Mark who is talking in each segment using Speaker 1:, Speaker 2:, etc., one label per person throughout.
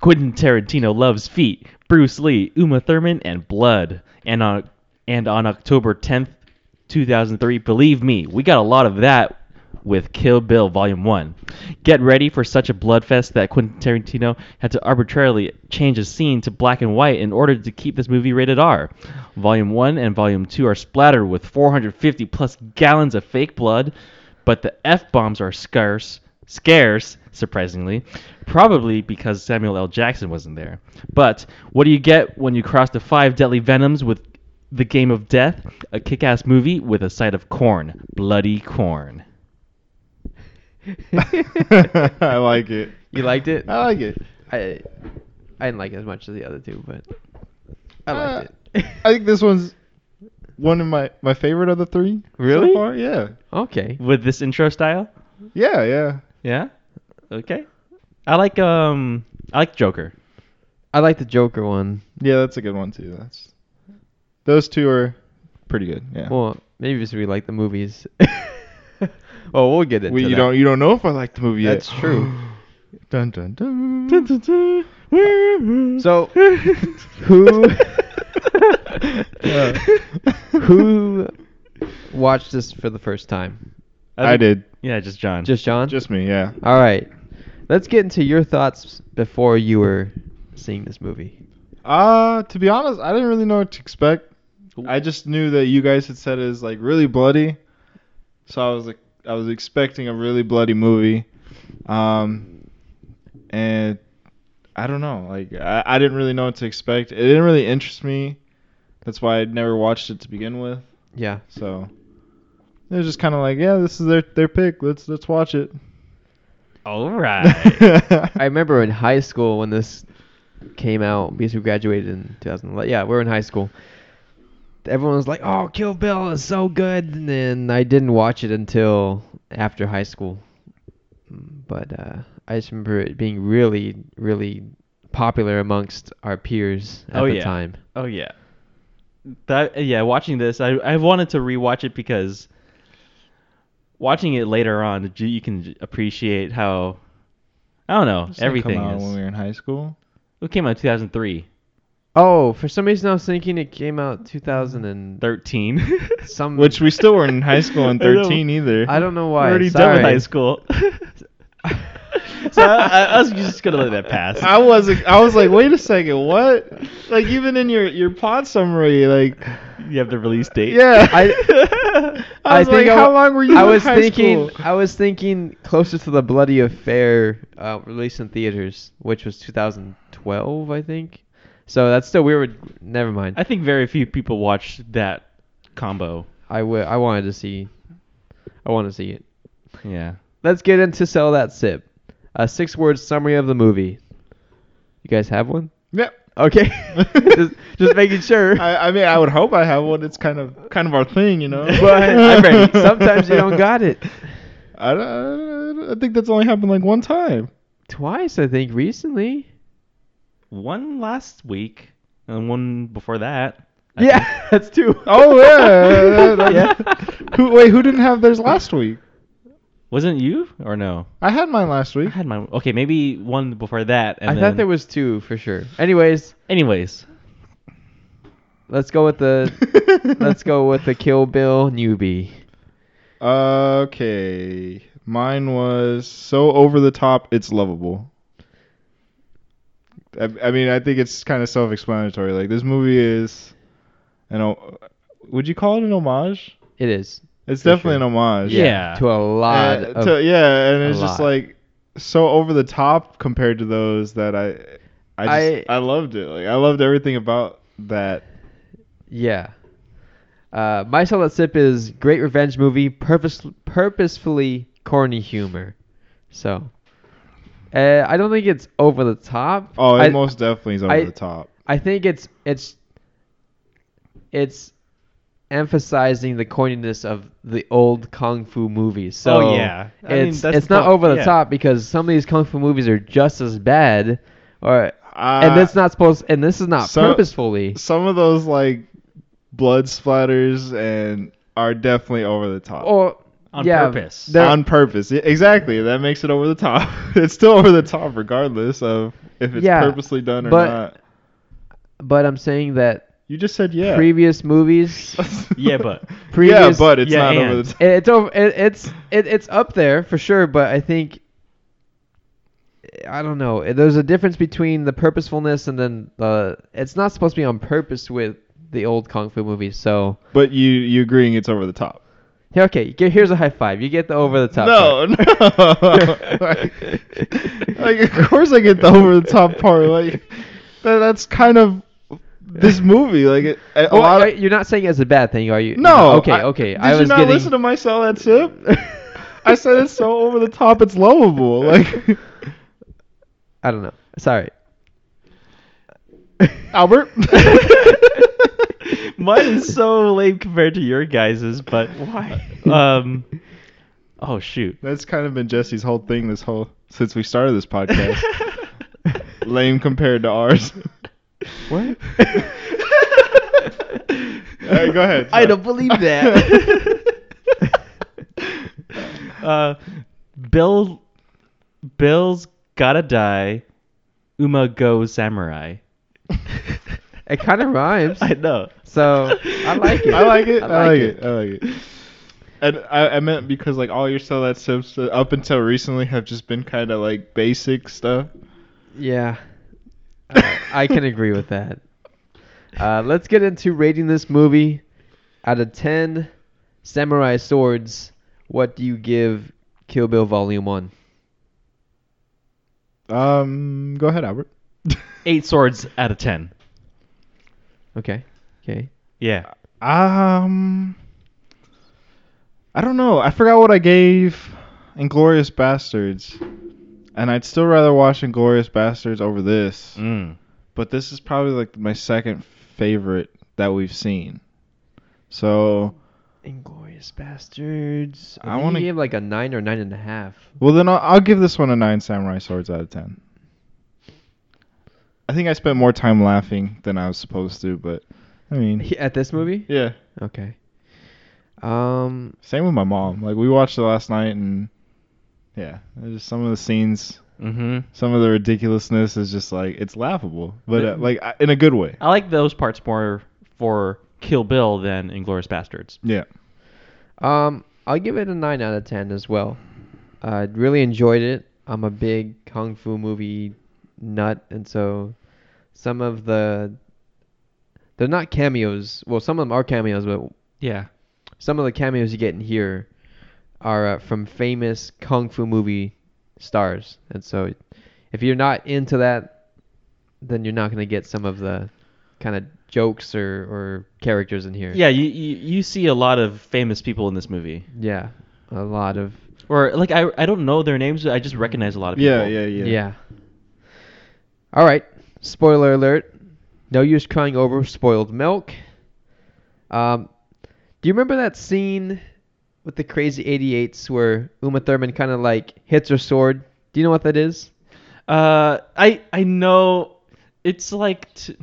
Speaker 1: Quentin Tarantino loves feet, Bruce Lee, Uma Thurman, and blood. And on and on October 10th, 2003, believe me, we got a lot of that with Kill Bill Volume 1. Get ready for such a bloodfest that Quentin Tarantino had to arbitrarily change a scene to black and white in order to keep this movie rated R. Volume 1 and Volume 2 are splattered with 450 plus gallons of fake blood, but the F bombs are scarce, scarce, surprisingly, probably because Samuel L. Jackson wasn't there. But what do you get when you cross the five deadly venoms with The Game of Death, a kick ass movie with a sight of corn, bloody corn?
Speaker 2: I like it.
Speaker 3: You liked it?
Speaker 2: I like it.
Speaker 3: I I didn't like it as much as the other two, but I liked
Speaker 2: Uh,
Speaker 3: it.
Speaker 2: I think this one's one of my my favorite of the three.
Speaker 1: Really?
Speaker 2: So far. Yeah.
Speaker 3: okay.
Speaker 1: With this intro style?
Speaker 2: Yeah. Yeah.
Speaker 1: Yeah. Okay. I like um I like Joker.
Speaker 3: I like the Joker one.
Speaker 2: Yeah. That's a good one too. That's those two are pretty good. Yeah.
Speaker 3: Well, maybe because we like the movies. well, we'll get into
Speaker 2: we, you
Speaker 3: that.
Speaker 2: don't you don't know if I like the movie yet.
Speaker 3: That's true.
Speaker 2: dun dun dun.
Speaker 3: So, who-
Speaker 2: Yeah.
Speaker 3: Who watched this for the first time?
Speaker 2: I did.
Speaker 1: Yeah, just John.
Speaker 3: Just John?
Speaker 2: Just me. Yeah.
Speaker 3: All right. Let's get into your thoughts before you were seeing this movie.
Speaker 2: Uh, to be honest, I didn't really know what to expect. I just knew that you guys had said it was like really bloody, so I was like, I was expecting a really bloody movie, um, and I don't know, like I, I didn't really know what to expect. It didn't really interest me. That's why I'd never watched it to begin with.
Speaker 3: Yeah.
Speaker 2: So it was just kind of like, yeah, this is their their pick. Let's let's watch it.
Speaker 1: All right.
Speaker 3: I
Speaker 2: I
Speaker 3: remember in high school when this came out because we graduated in 2011. Yeah, we were in high school. Everyone was like, "Oh, Kill Bill is so good," and then I didn't watch it until after high school. But uh, I just remember it being really, really popular amongst our peers at
Speaker 1: Oh,
Speaker 3: the
Speaker 1: yeah.
Speaker 3: time.
Speaker 1: oh yeah. That yeah, watching this, I I wanted to rewatch it because watching it later on, you- you can appreciate how I don't know, everything
Speaker 2: out when
Speaker 1: is.
Speaker 2: we were in high school.
Speaker 1: It came out in 2003.
Speaker 3: Oh, for some reason I was thinking it came out 2000 and
Speaker 1: 13.
Speaker 3: some,
Speaker 2: Which we still weren't in high school in
Speaker 1: I know.
Speaker 2: 13 either.
Speaker 3: I don't know why.
Speaker 1: We're already done
Speaker 3: Sorry.
Speaker 1: with high school. so I, I, I was just gonna let that pass.
Speaker 2: I was I was like, wait a second, what? Like even in your your pod summary, like
Speaker 1: You have the release date.
Speaker 2: yeah,
Speaker 1: I,
Speaker 2: I was like,
Speaker 3: I
Speaker 2: how
Speaker 3: wa-
Speaker 2: long were you?
Speaker 3: I
Speaker 2: in
Speaker 3: was
Speaker 2: high
Speaker 3: thinking.
Speaker 2: school?
Speaker 3: I was thinking closer to the Bloody Affair uh, release in theaters, which was 2012, I think. So that's still we were. Never mind.
Speaker 1: I think very few people watch that combo.
Speaker 3: I wi- I wanted to see. I want to see it.
Speaker 1: Yeah.
Speaker 3: Let's get into sell that sip. A six-word summary of the movie. You guys have one?
Speaker 2: Yep.
Speaker 3: Okay. just, just making sure.
Speaker 2: I, I mean, I would hope I have one. It's kind of kind of our thing, you know.
Speaker 3: but I'm ready. Sometimes you don't got it.
Speaker 2: I, don't- I think that's only happened like one time.
Speaker 3: Twice, I think, recently.
Speaker 1: One last week and one before that. I think.
Speaker 3: yeah, that's two.
Speaker 2: Oh yeah. that-
Speaker 1: Yeah.
Speaker 2: that- Who wait? Who didn't have theirs last week?
Speaker 1: Wasn't it you or no?
Speaker 2: I had mine last
Speaker 1: I
Speaker 2: week.
Speaker 1: had my okay, maybe one before that. And
Speaker 3: I
Speaker 1: then-
Speaker 3: thought there was two for sure. Anyways,
Speaker 1: Anyways,
Speaker 3: let's go with the let's go with the Kill Bill newbie.
Speaker 2: Okay. Mine was so over the top, it's lovable. I, I mean, I think it's kind of self explanatory. Like, this movie is. An, o- would you call it an homage?
Speaker 3: It is
Speaker 2: It's
Speaker 3: For
Speaker 2: definitely
Speaker 3: sure.
Speaker 2: an homage.
Speaker 1: Yeah.
Speaker 3: to a lot
Speaker 2: Uh,
Speaker 3: of
Speaker 2: to- yeah, and
Speaker 3: a
Speaker 2: it's just
Speaker 3: lot.
Speaker 2: like so over the top compared to those that I. I, just, I loved it. Like I loved everything about that.
Speaker 3: yeah. Uh, my solid sip is great revenge movie, purpose purposefully corny humor. So, uh, I don't think it's over the top.
Speaker 2: Oh, it
Speaker 3: I,
Speaker 2: most definitely is over
Speaker 3: I-
Speaker 2: the top.
Speaker 3: I think it's it's it's emphasizing the corniness of the old kung fu movies. So
Speaker 1: Oh, yeah. I mean,
Speaker 3: it's
Speaker 1: that's
Speaker 3: it's
Speaker 1: the
Speaker 3: not
Speaker 1: point,
Speaker 3: over the
Speaker 1: yeah.
Speaker 3: top because some of these kung fu movies are just as bad, or
Speaker 2: Uh,
Speaker 3: and it's not supposed and this is not
Speaker 2: so-
Speaker 3: purposefully.
Speaker 2: some of those like blood splatters and are definitely over the top.
Speaker 3: Or
Speaker 1: on
Speaker 3: Yeah,
Speaker 1: purpose.
Speaker 3: Oh, they're-
Speaker 2: on purpose. Yeah, exactly. That makes it over the top. it's still over the top, regardless of if it's
Speaker 3: Yeah,
Speaker 2: purposely done or
Speaker 3: but-
Speaker 2: not.
Speaker 3: But I'm saying that
Speaker 2: You just said yeah.
Speaker 3: previous movies,
Speaker 1: Yeah, but-
Speaker 2: yeah,
Speaker 3: previous-
Speaker 2: but it's
Speaker 1: Yeah,
Speaker 2: not
Speaker 1: and.
Speaker 2: over the top.
Speaker 3: it's over. It, it's it, it's up there for sure. But I think I don't know. There's a difference between the purposefulness and then the. It's not supposed to be on purpose with the old kung fu movies. So
Speaker 2: But you you agreeing it's over the top?
Speaker 3: yeah, okay, here- here's a high five. You get the over the top.
Speaker 2: no,
Speaker 3: part.
Speaker 2: no. like, like, of course I get the over the top part. Like that, that's kind of this movie. Like it, a
Speaker 3: Well,
Speaker 2: lot.
Speaker 3: are- you're not saying it's a bad thing, are you?
Speaker 2: no.
Speaker 3: Okay.
Speaker 2: I-
Speaker 3: okay.
Speaker 2: Did
Speaker 3: I was
Speaker 2: you not
Speaker 3: getting.
Speaker 2: listen to my sell that sip? I said it's so over the top. It's lovable. Like
Speaker 3: I don't know. Sorry.
Speaker 2: Albert.
Speaker 1: Mine is so lame compared to your guys's, but
Speaker 2: Why?
Speaker 1: Um, oh shoot.
Speaker 2: That's kind of been Jesse's whole thing this whole since we started this podcast. Lame compared to ours.
Speaker 3: What?
Speaker 2: All right, go ahead.
Speaker 1: I don't believe that. uh, Bill, Bill's gotta die. Uma goes samurai.
Speaker 3: It kind of rhymes.
Speaker 1: I know.
Speaker 3: So I like it.
Speaker 2: I like it. I like, it. I like it. And I, I meant because like all your so that sips uh, up until recently have just been kind of like basic stuff.
Speaker 3: Yeah, I- Uh, I can agree with that. Uh, let's get into rating this movie. Out of ten samurai swords, what do you give Kill Bill Volume One?
Speaker 2: Um, go ahead, Albert.
Speaker 1: Eight swords out of ten.
Speaker 3: Okay. Okay.
Speaker 1: Yeah.
Speaker 2: Um, I don't know. I forgot what I gave Inglorious Bastards, and I'd still rather watch Inglorious Bastards over this.
Speaker 1: Mm.
Speaker 2: But this is probably like my second favorite that we've seen. So,
Speaker 3: Inglorious Bastards. I
Speaker 2: I
Speaker 3: want
Speaker 2: wanna-
Speaker 3: to give like a nine or nine and a half.
Speaker 2: well then I'll, I'll give this one a nine samurai swords out of ten. I think I spent more time laughing than I was supposed to, but I mean,
Speaker 3: At this movie?
Speaker 2: yeah.
Speaker 3: Okay. Um.
Speaker 2: Same with my mom. Like we watched it last night, and yeah, just some of the scenes
Speaker 1: Mm-hmm.
Speaker 2: some of the ridiculousness is just like it's laughable, but uh, like I- in a good way.
Speaker 1: I like those parts more for Kill Bill than Inglorious Bastards.
Speaker 2: Yeah.
Speaker 3: Um, I'll give it a nine out of ten as well. I really enjoyed it. I'm a big kung fu movie nut, and so some of the they're not cameos. Well, some of them are cameos, but
Speaker 1: Yeah.
Speaker 3: some of the cameos you get in here are uh, from famous kung fu movie stars, and so if you're not into that, then you're not gonna get some of the kind of jokes or, or characters in here.
Speaker 1: Yeah. You, you you see a lot of famous people in this movie,
Speaker 3: yeah, a lot of
Speaker 1: or like I I don't know their names. I just recognize a lot of people.
Speaker 2: Yeah, yeah, yeah,
Speaker 3: Yeah. All right. Spoiler alert. No use crying over spoiled milk. Um, do you remember that scene with the crazy 88s where Uma Thurman kind of like hits her sword? Do you know what that is?
Speaker 1: Uh, I I know. It's like. T-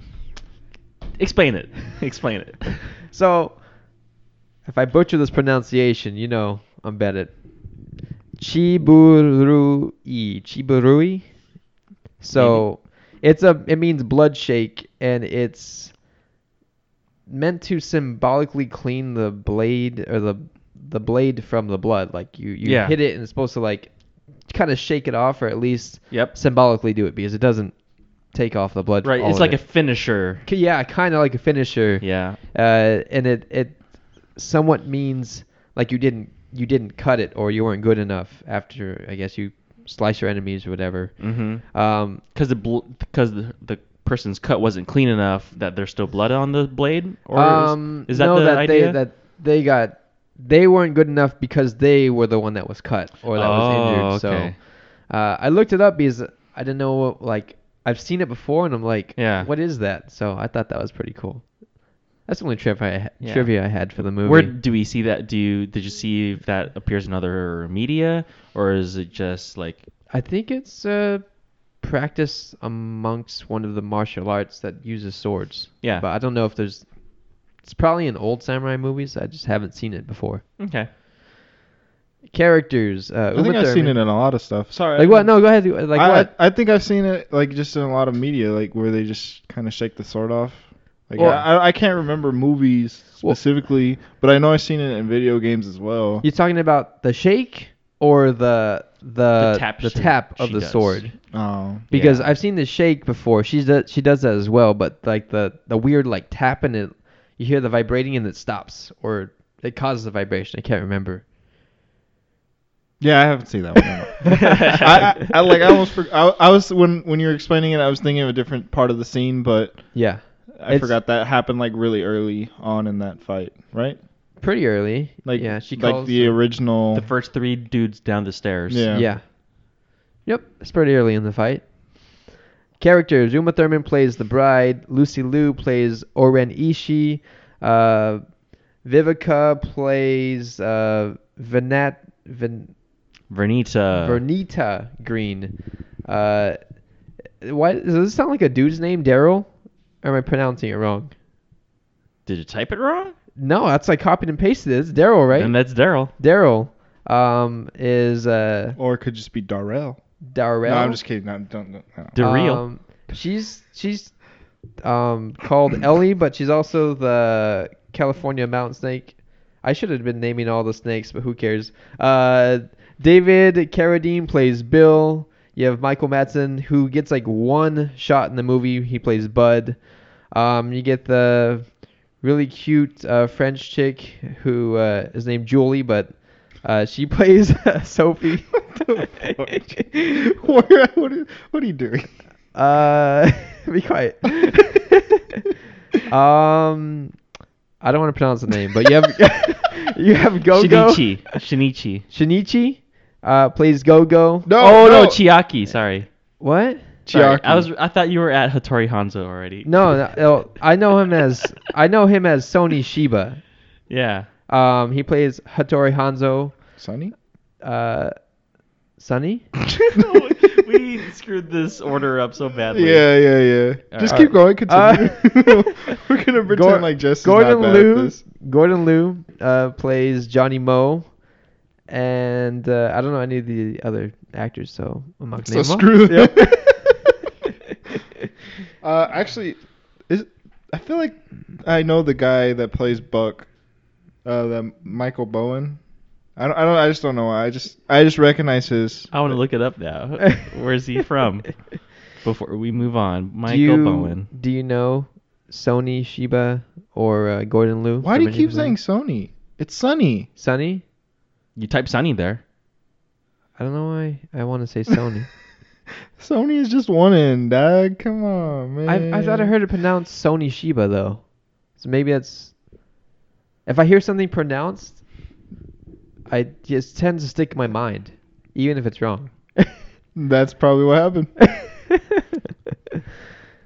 Speaker 1: Explain it. Explain it.
Speaker 3: So, if I butcher this pronunciation, you know I'm bad at Chiburui. Chiburui. So, it's a it means blood shake, and it's meant to symbolically clean the blade or the the blade from the blood. Like you you
Speaker 1: Yeah.
Speaker 3: hit it, and it's supposed to like kind of shake it off, or at least
Speaker 1: Yep.
Speaker 3: symbolically do it because it doesn't take off the blood.
Speaker 1: Right.
Speaker 3: all
Speaker 1: It's
Speaker 3: of
Speaker 1: like a
Speaker 3: it.
Speaker 1: finisher.
Speaker 3: K- yeah, kind of like a finisher
Speaker 1: Yeah.
Speaker 3: uh, and it it somewhat means like you didn't you didn't cut it or you weren't good enough after I guess you slice your enemies or whatever.
Speaker 1: Mm-hmm.
Speaker 3: Um,
Speaker 1: Because the bl- because the, the person's cut wasn't clean enough that there's still blood on the blade. Or is-
Speaker 3: um,
Speaker 1: is, that
Speaker 3: no,
Speaker 1: the
Speaker 3: that
Speaker 1: idea?
Speaker 3: They, that they got they weren't good enough because they were the one that was cut or that
Speaker 1: Oh,
Speaker 3: was injured.
Speaker 1: okay.
Speaker 3: So uh, I looked it up because I didn't know what, like I've seen it before and I'm like,
Speaker 1: Yeah.
Speaker 3: what is that? So I thought that was pretty cool. That's the only trivia I ha-
Speaker 1: Yeah.
Speaker 3: trivia I had for the movie.
Speaker 1: Where do we see that? Do you did you see if that appears in other media or is it just like
Speaker 3: I think it's uh, practice amongst one of the martial arts that uses swords.
Speaker 1: Yeah.
Speaker 3: But I don't know if there's. It's probably in old samurai movies. I just haven't seen it before.
Speaker 1: okay?
Speaker 3: Characters. Uh,
Speaker 2: I think
Speaker 3: Uma
Speaker 2: I've seen it
Speaker 3: Thurman.
Speaker 2: in a lot of stuff. Sorry.
Speaker 3: Like what? No, go ahead. Like
Speaker 2: I,
Speaker 3: what?
Speaker 2: I think I've seen it like just in a lot of media, like where they just kind of shake the sword off. Like
Speaker 3: Well-
Speaker 2: I, I- I can't remember movies
Speaker 3: Well-
Speaker 2: specifically, but I know I've seen it in video games as well.
Speaker 3: You talking about the shake or the the
Speaker 1: The
Speaker 3: the
Speaker 1: tap
Speaker 3: tap,
Speaker 1: she-
Speaker 3: of
Speaker 1: she
Speaker 3: the
Speaker 1: does.
Speaker 3: sword?
Speaker 2: Oh,
Speaker 3: Because
Speaker 1: Yeah.
Speaker 3: I've seen the shake before. She does she does that as well, but like the the weird like tap and it, you hear the vibrating and it stops or it causes a vibration. I can't remember.
Speaker 2: yeah, I haven't seen that one. I, I, I like I almost for, I, I was when when you were explaining it, I was thinking of a different part of the scene, but
Speaker 3: Yeah,
Speaker 2: I
Speaker 3: It's-
Speaker 2: forgot that happened like really early on in that fight, right?
Speaker 3: pretty early.
Speaker 2: Like
Speaker 3: yeah, she calls
Speaker 2: like the original.
Speaker 1: The first three dudes down the stairs.
Speaker 2: Yeah.
Speaker 3: Yeah. Yep, it's pretty early in the fight. Characters: Uma Thurman plays the bride. Lucy Liu plays Oren Ishii. Uh, Vivica plays uh, Vanat Van,
Speaker 1: Vernita.
Speaker 3: Vernita Green. Uh, why does this sound like a dude's name, Daryl? Or am I pronouncing it wrong?
Speaker 1: Did you type it wrong?
Speaker 3: No, that's like copied and pasted. It's Daryl,
Speaker 1: And
Speaker 3: right?
Speaker 1: that's Daryl.
Speaker 3: Daryl um, is uh,
Speaker 2: or it could just be Darrell.
Speaker 3: Darrell.
Speaker 2: No, I'm just kidding. No, don't, don't, no.
Speaker 1: Daryl.
Speaker 3: Um, she's she's um, called Ellie, but she's also the California mountain snake. I should have been naming all the snakes, but who cares? Uh, David Carradine plays Bill. You have Michael Madsen, who gets like one shot in the movie. He plays Bud. Um, you get the really cute uh, French chick who uh, is named Julie, but uh, she plays Sophie.
Speaker 2: what, are, what, are, what are you doing?
Speaker 3: Uh, be quiet. um, I don't want to pronounce the name, but you have you have Gogo
Speaker 1: Shinichi. Shinichi.
Speaker 3: Shinichi uh, plays
Speaker 1: oh
Speaker 3: Gogo.
Speaker 1: no, Chiaki. Sorry.
Speaker 3: What?
Speaker 1: Sorry.
Speaker 2: Chiaki.
Speaker 1: I was. I thought you were at Hattori Hanzo already.
Speaker 3: No, no, no, I know him as I know him as Sony Shiba.
Speaker 1: Yeah.
Speaker 3: Um, he plays Hattori Hanzo.
Speaker 2: Sonny?
Speaker 3: Uh, Sunny.
Speaker 1: we screwed this order up so badly.
Speaker 2: Yeah, yeah, yeah. Just
Speaker 1: right.
Speaker 2: keep going. Continue.
Speaker 3: Uh,
Speaker 2: We're gonna pretend
Speaker 3: Gor-
Speaker 2: like Jess is
Speaker 3: Gordon
Speaker 2: not bad
Speaker 3: Liu,
Speaker 2: at this.
Speaker 3: Gordon Liu uh, plays Johnny Moe, and uh, I don't know any of the other actors, so I'm not gonna
Speaker 2: So
Speaker 3: name them all.
Speaker 2: screw them.
Speaker 3: Yep.
Speaker 2: uh, actually, is I feel like I know the guy that plays Buck, uh, that Michael Bowen. I don't, I don't. I just don't know. why. I just. I just recognize his.
Speaker 1: I want to look it up now. Where's he from? Before we move on, Michael
Speaker 3: do you,
Speaker 1: Bowen.
Speaker 3: Do you know Sony Shiba or uh, Gordon Liu?
Speaker 2: Why do you keep saying Sony? It's Sonny.
Speaker 3: Sonny?
Speaker 1: You type Sunny there.
Speaker 3: I don't know why I want to say Sony.
Speaker 2: Sony is just one in, dog. Come on, man.
Speaker 3: I, I thought I heard it pronounced Sony Shiba though, so maybe that's. If I hear something pronounced, I just tend to stick in my mind, even if it's wrong.
Speaker 2: That's probably what happened.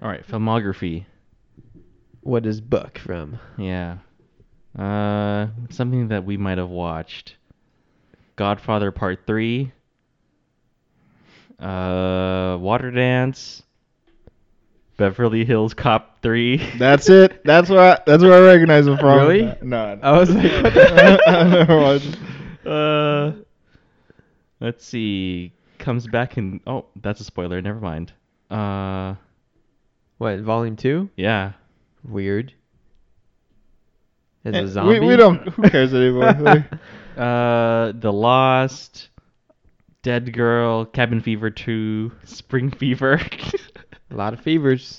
Speaker 1: All right, filmography.
Speaker 3: what is Buck from?
Speaker 1: Yeah. Uh, something that we might have watched. Godfather Part Three. Uh, Water Dance. Beverly Hills Cop Three.
Speaker 2: That's it. That's where I, that's where I recognize him from.
Speaker 3: Really?
Speaker 2: Uh, No. no.
Speaker 3: I was like, what the-
Speaker 2: I never watched.
Speaker 1: Uh, let's see. Comes back in. Oh, that's a spoiler. Never mind. Uh,
Speaker 3: What volume two?
Speaker 1: yeah.
Speaker 3: Weird. As
Speaker 2: Eh,
Speaker 3: a zombie.
Speaker 2: We, we don't. Who cares anymore? Like,
Speaker 1: Uh, The Lost, Dead Girl, Cabin Fever Two, Spring Fever,
Speaker 3: A lot of fevers.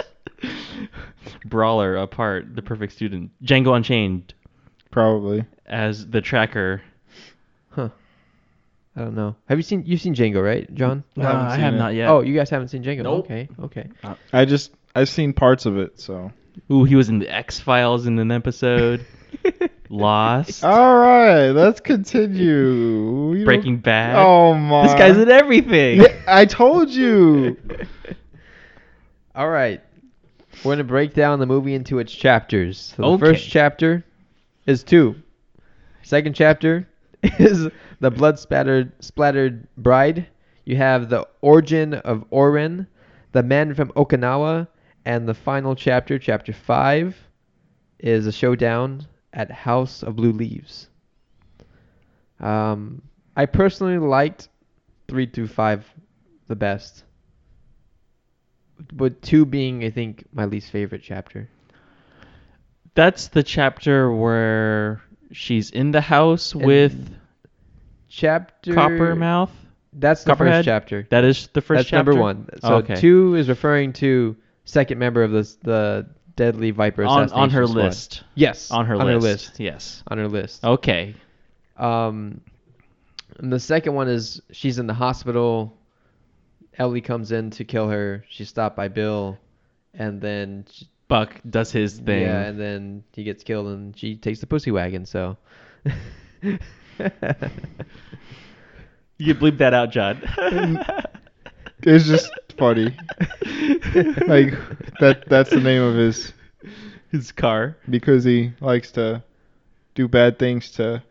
Speaker 1: Brawler Apart, The Perfect Student, Django Unchained
Speaker 2: probably.
Speaker 1: as the tracker.
Speaker 3: Huh. I don't know. Have you seen? You've seen Django, right, John?
Speaker 2: I haven't
Speaker 1: Ah, I
Speaker 2: seen
Speaker 1: have
Speaker 2: it.
Speaker 1: not yet.
Speaker 3: Oh, you guys haven't seen Django.
Speaker 1: Nope.
Speaker 3: Okay. Okay.
Speaker 2: I just I've seen parts of it. So.
Speaker 1: Ooh, he was in the X Files in an episode. Lost,
Speaker 2: All right, let's continue. We don't-
Speaker 1: Breaking Bad.
Speaker 2: Oh my.
Speaker 1: this guy's in everything.
Speaker 2: Yeah, I told you.
Speaker 3: All right. We're going to break down the movie into its chapters. So the first
Speaker 1: Okay.
Speaker 3: chapter is two. Second chapter is the blood spattered splattered bride. You have the origin of Oren, the man from Okinawa, and the final chapter, chapter five, is a showdown at House of Blue Leaves. Um, I personally liked three through five the best, but two being I think my least favorite chapter.
Speaker 1: That's the chapter where she's in the house with
Speaker 3: Chapter
Speaker 1: Coppermouth.
Speaker 3: That's the
Speaker 1: Copperhead?
Speaker 3: first chapter.
Speaker 1: That is the first
Speaker 3: That's
Speaker 1: chapter.
Speaker 3: number one. So
Speaker 1: Oh, okay.
Speaker 3: two is referring to second member of the the Deadly Viper
Speaker 1: on on
Speaker 3: assassination
Speaker 1: her
Speaker 3: squad.
Speaker 1: list.
Speaker 3: Yes,
Speaker 1: On her
Speaker 3: on
Speaker 1: list. Oh.
Speaker 3: Her list.
Speaker 1: Yes.
Speaker 3: On her list.
Speaker 1: Okay.
Speaker 3: Um, and the second one is she's in the hospital. Ellie comes in to kill her. She's stopped by Bill, and then she,
Speaker 1: Buck does his thing.
Speaker 3: yeah, and then he gets killed, and she takes the pussy wagon. So.
Speaker 1: you can bleep that out, John.
Speaker 2: It's just funny. Like that that's the name of his
Speaker 1: his car.
Speaker 2: because he likes to do bad things to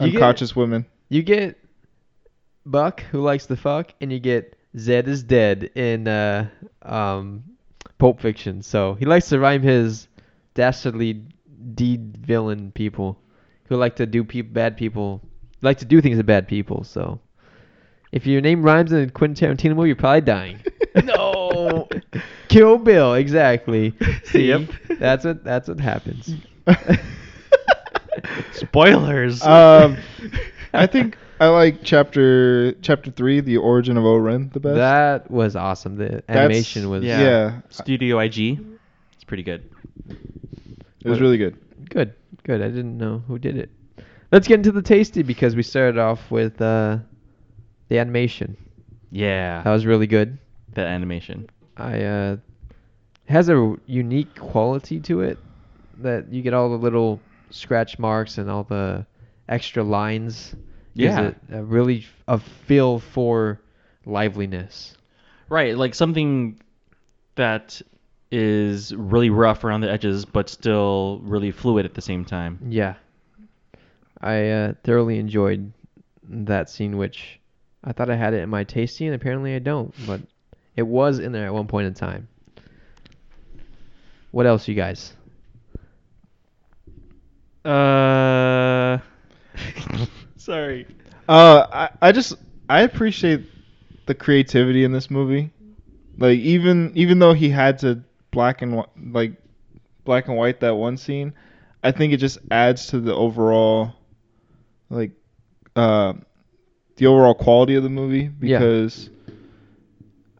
Speaker 3: You get-
Speaker 2: unconscious women.
Speaker 3: You get Buck, who likes the fuck, and you get Zed is dead in uh, um, Pulp Fiction. So he likes to rhyme his dastardly deed villain people who like to do peop bad people, like to do things to bad people. So if your name rhymes in a Quentin Tarantino movie, you're probably dying.
Speaker 1: No.
Speaker 3: Kill Bill, exactly. See,
Speaker 1: Yep.
Speaker 3: that's what that's what happens.
Speaker 1: Spoilers.
Speaker 2: Um, I think I like chapter chapter three, the origin of Oren, the best.
Speaker 3: That was awesome. The
Speaker 2: That's-
Speaker 3: animation was
Speaker 1: Yeah.
Speaker 2: yeah,
Speaker 1: Studio IG. It's pretty good.
Speaker 2: it was really good.
Speaker 3: Good, good. I didn't know who did it. Let's get into the tasty because we started off with uh, the animation.
Speaker 1: Yeah.
Speaker 3: That was really good.
Speaker 1: that animation?
Speaker 3: I uh, it has a unique quality to it that you get all the little scratch marks and all the extra lines. Gives
Speaker 1: Yeah.
Speaker 3: it a really f- a feel for liveliness.
Speaker 1: Right, like something that is really rough around the edges, but still really fluid at the same time.
Speaker 3: Yeah. I uh, thoroughly enjoyed that scene, which I thought I had it in my tasty, and apparently I don't, but it was in there at one point in time. What else, you guys?
Speaker 1: Uh, sorry.
Speaker 2: Uh, I, I just I appreciate the creativity in this movie. Like even even though he had to black and wh- like black and white that one scene, I think it just adds to the overall like uh the overall quality of the movie
Speaker 3: Yeah.
Speaker 2: because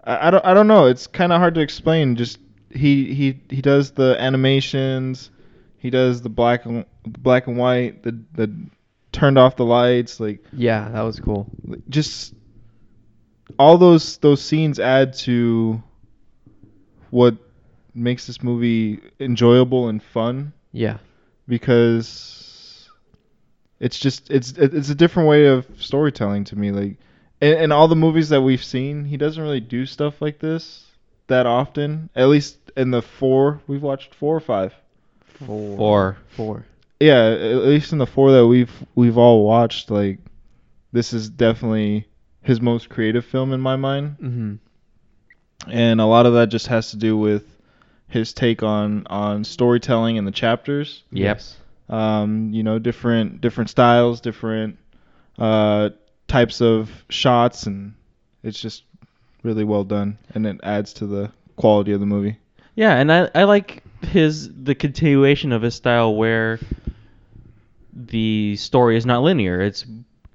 Speaker 2: I, I don't I don't know, it's kind of hard to explain just he he he does the animations, he does the black and black and white, the the turned off the lights like
Speaker 3: Yeah, that was cool.
Speaker 2: just all those those scenes add to what makes this movie enjoyable and fun
Speaker 3: Yeah,
Speaker 2: because it's just it's it's a different way of storytelling to me like in, in all the movies that we've seen he doesn't really do stuff like this that often at least in the four we've watched four or five
Speaker 3: four,
Speaker 1: Four.
Speaker 3: four.
Speaker 2: yeah at least in the four that we've we've all watched like this is definitely his most creative film in my mind
Speaker 3: Mm-hmm.
Speaker 2: and a lot of that just has to do with his take on on storytelling and the chapters
Speaker 1: Yep.
Speaker 2: um, you know different different styles different uh, types of shots and it's just really well done and it adds to the quality of the movie
Speaker 1: Yeah, and I, I like his the continuation of his style where the story is not linear. It's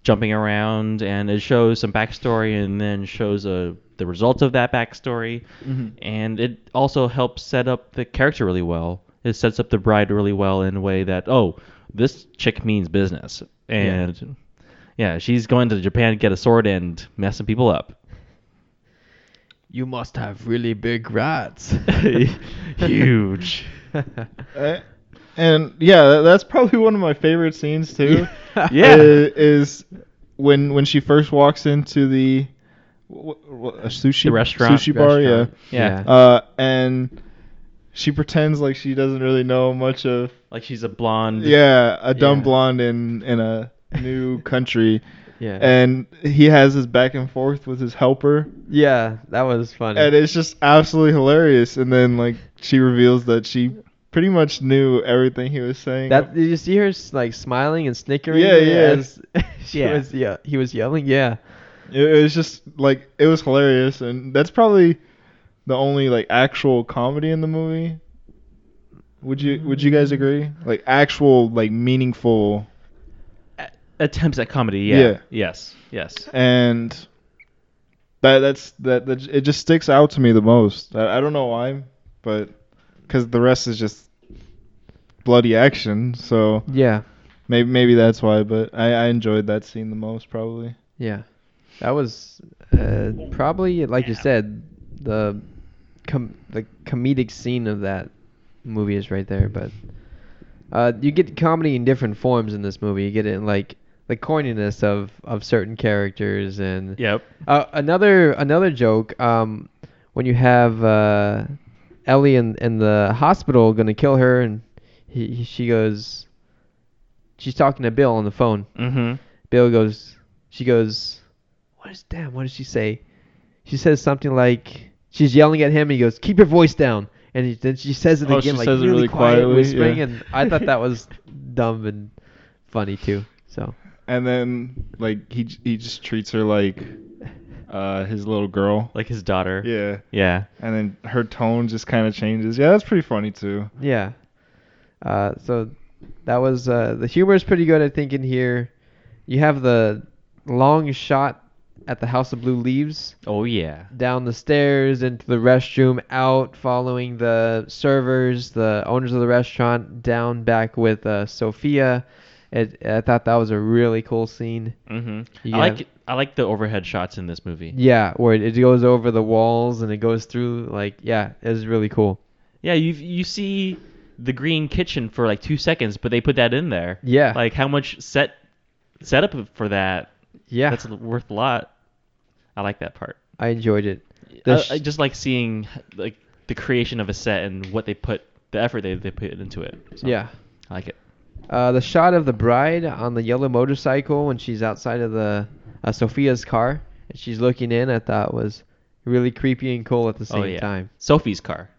Speaker 1: jumping around and it shows some backstory and then shows a the result of that backstory.
Speaker 2: Mhm.
Speaker 1: And it also helps set up the character really well. It sets up the bride really well in a way that, oh, this chick means business. And yeah, she's going to Japan to get a sword and mess some people up.
Speaker 3: You must have really big rats.
Speaker 1: Huge.
Speaker 2: Uh, and yeah tha- that's probably one of my favorite scenes too
Speaker 1: Yeah.
Speaker 2: i- is, when when she first walks into the wh- wh- a sushi
Speaker 1: The restaurant.
Speaker 2: sushi bar
Speaker 3: Restaurant.
Speaker 2: yeah
Speaker 1: Yeah.
Speaker 2: uh, and she pretends like she doesn't really know much of
Speaker 1: Like she's a blonde.
Speaker 2: yeah a dumb
Speaker 3: Yeah.
Speaker 2: blonde in in a new country
Speaker 3: yeah.
Speaker 2: and he has his back and forth with his helper
Speaker 3: yeah, that was funny.
Speaker 2: and it's just absolutely hilarious and then like she reveals that she pretty much knew everything he was saying.
Speaker 3: That did you see her s- like smiling and snickering?
Speaker 2: Yeah, yeah.
Speaker 3: as she
Speaker 1: Yeah.
Speaker 3: was yeah. He was yelling. Yeah.
Speaker 2: it, it was just like it was hilarious, and that's probably the only like actual comedy in the movie. Would you Would you guys agree? Like actual like meaningful
Speaker 1: Attempts at comedy, yeah.
Speaker 2: Yeah.
Speaker 1: Yes. Yes.
Speaker 2: and that that's that, that it just sticks out to me the most. I, I don't know why, but because the rest is just bloody action, so
Speaker 3: Yeah.
Speaker 2: maybe maybe that's why. But I, I enjoyed that scene the most probably.
Speaker 3: Yeah. That was uh, probably like you
Speaker 1: Yeah.
Speaker 3: said the com- the comedic scene of that movie is right there, but uh, you get comedy in different forms in this movie. You get it in like the corniness of, of certain characters and
Speaker 1: Yep.
Speaker 3: Uh, another another joke. Um, when you have uh, Ellie in, in the hospital, gonna kill her, and he, he, she goes, she's talking to Bill on the phone.
Speaker 1: Mm-hmm.
Speaker 3: Bill goes, she goes, what is damn? What does she say? She says something like she's yelling at him, and he goes, keep your voice down. And he, then she says it
Speaker 2: Oh,
Speaker 3: again,
Speaker 2: she
Speaker 3: like
Speaker 2: says it
Speaker 3: really,
Speaker 2: really
Speaker 3: quiet,
Speaker 2: quietly,
Speaker 3: whispering.
Speaker 2: yeah.
Speaker 3: And I thought that was dumb and funny too. So
Speaker 2: And then like he j- he just treats her like uh his little girl.
Speaker 1: Like his daughter.
Speaker 2: Yeah,
Speaker 1: Yeah.
Speaker 2: and then her tone just kind of changes. Yeah, that's pretty funny too.
Speaker 3: Yeah. Uh, so that was uh, the humor is pretty good, I think, in here. You have the long shot at the House of Blue Leaves
Speaker 1: Oh yeah.
Speaker 3: down the stairs into the restroom, out following the servers, the owners of the restaurant, down back with uh, Sophia. It, I thought that was a really cool scene.
Speaker 1: Mm-hmm.
Speaker 3: Yeah.
Speaker 1: I like I like the overhead shots in this movie.
Speaker 3: Yeah, where it, it goes over the walls and it goes through like yeah, it was really cool.
Speaker 1: Yeah, you you see the green kitchen for like two seconds, but they put that in there.
Speaker 3: Yeah.
Speaker 1: Like how much set setup for that?
Speaker 3: Yeah,
Speaker 1: That's worth a lot. I like that part.
Speaker 3: I enjoyed it. The
Speaker 1: I,
Speaker 3: sh-
Speaker 1: I just like seeing like the creation of a set and what they put, the effort they, they put into it. So,
Speaker 3: yeah.
Speaker 1: I like it.
Speaker 3: Uh, the shot of the bride on the yellow motorcycle when she's outside of the uh, Sophia's car and she's looking in, I thought was really creepy and cool at the same
Speaker 1: oh yeah.
Speaker 3: time.
Speaker 1: Sophie's car.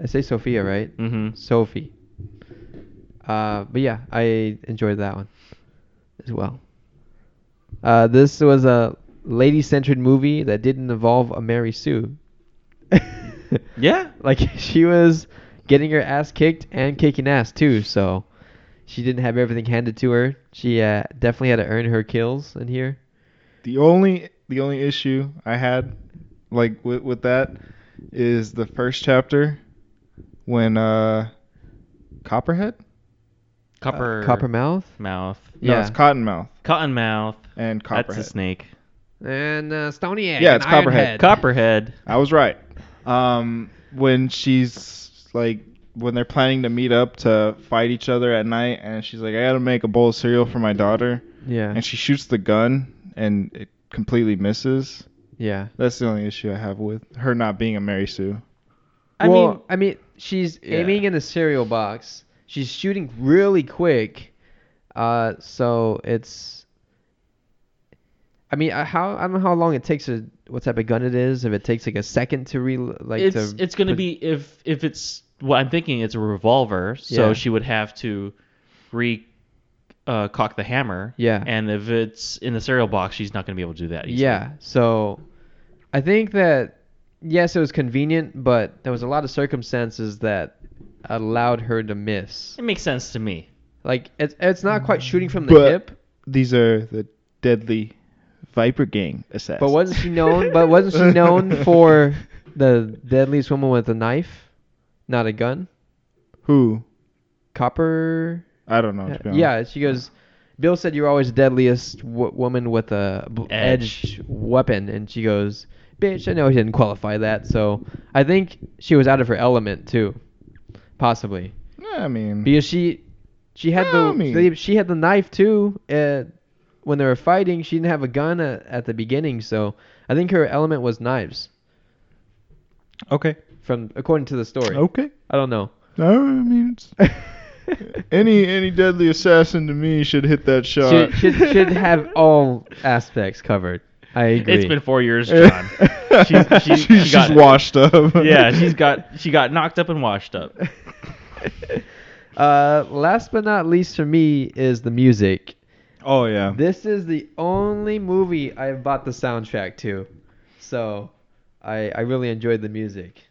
Speaker 3: I say Sophia, right?
Speaker 1: Mm-hmm.
Speaker 3: Sophie. Uh, but yeah, I enjoyed that one as well. Uh, this was a lady-centered movie that didn't involve a Mary Sue.
Speaker 1: Yeah.
Speaker 3: like she was getting her ass kicked and kicking ass too so she didn't have everything handed to her she uh, definitely had to earn her kills in here
Speaker 2: The only the only issue I had like with with that is the first chapter when uh Copperhead?
Speaker 1: Copper.
Speaker 3: uh, coppermouth
Speaker 1: mouth.
Speaker 2: No,
Speaker 3: yeah
Speaker 2: it's Cottonmouth
Speaker 1: Cottonmouth.
Speaker 2: and
Speaker 1: That's a
Speaker 2: Copperhead.
Speaker 1: snake.
Speaker 3: and uh, stony egg
Speaker 2: Yeah,
Speaker 3: and
Speaker 2: it's Copperhead.
Speaker 3: Ironhead.
Speaker 1: Copperhead.
Speaker 2: I was right. Um when she's like when they're planning to meet up to fight each other at night and she's like I got to make a bowl of cereal for my daughter
Speaker 3: yeah
Speaker 2: and she shoots the gun and it completely misses.
Speaker 3: yeah
Speaker 2: That's the only issue I have with her not being a Mary Sue.
Speaker 3: I
Speaker 1: Well,
Speaker 3: mean, I mean, she's
Speaker 1: Yeah.
Speaker 3: aiming in a cereal box. She's shooting really quick. Uh, so it's. I mean, I, how I don't know how long it takes. A, what type of gun it is? If it takes like a second to re like
Speaker 1: it's
Speaker 3: to
Speaker 1: it's gonna
Speaker 3: put-
Speaker 1: be if if it's well I'm thinking it's a revolver, so
Speaker 3: Yeah.
Speaker 1: she would have to re uh, cock the hammer.
Speaker 3: Yeah.
Speaker 1: And if it's in the cereal box, she's not gonna be able to do that. Easily.
Speaker 3: Yeah. So, I think that yes, it was convenient, but there was a lot of circumstances that allowed her to miss.
Speaker 1: It makes sense to me.
Speaker 3: Like it's it's not quite shooting from the
Speaker 2: But-
Speaker 3: hip.
Speaker 2: These are the deadly Viper Gang assassins.
Speaker 3: But wasn't she known? but wasn't she known for the deadliest woman with a knife, not a gun?
Speaker 2: who?
Speaker 3: Copper.
Speaker 2: I don't know. To be honest.
Speaker 3: yeah, she goes. Bill said you're always the deadliest w- woman with a b-
Speaker 1: Edge.
Speaker 3: edged weapon, and she goes, "Bitch, I know he didn't qualify that." So I think she was out of her element too, possibly
Speaker 2: Yeah, I mean,
Speaker 3: because she she had
Speaker 2: Well, I
Speaker 3: the
Speaker 2: mean-
Speaker 3: they- she had the knife too. Uh, when they were fighting, she didn't have a gun at, at the beginning, so I think her element was knives.
Speaker 2: okay,
Speaker 3: from according to the story.
Speaker 2: okay.
Speaker 3: I don't know.
Speaker 2: No, I mean, it's- any any deadly assassin to me should hit that shot.
Speaker 3: should, should should have all aspects covered. I agree.
Speaker 1: It's been four years, John. She's- she- she
Speaker 2: she's
Speaker 1: got
Speaker 2: just
Speaker 1: it.
Speaker 2: washed up.
Speaker 1: yeah, she's got she got knocked up and washed up.
Speaker 3: uh, last but not least for me is the music.
Speaker 2: Oh yeah.
Speaker 3: This is the only movie I have bought the soundtrack to, so I I really enjoyed the music.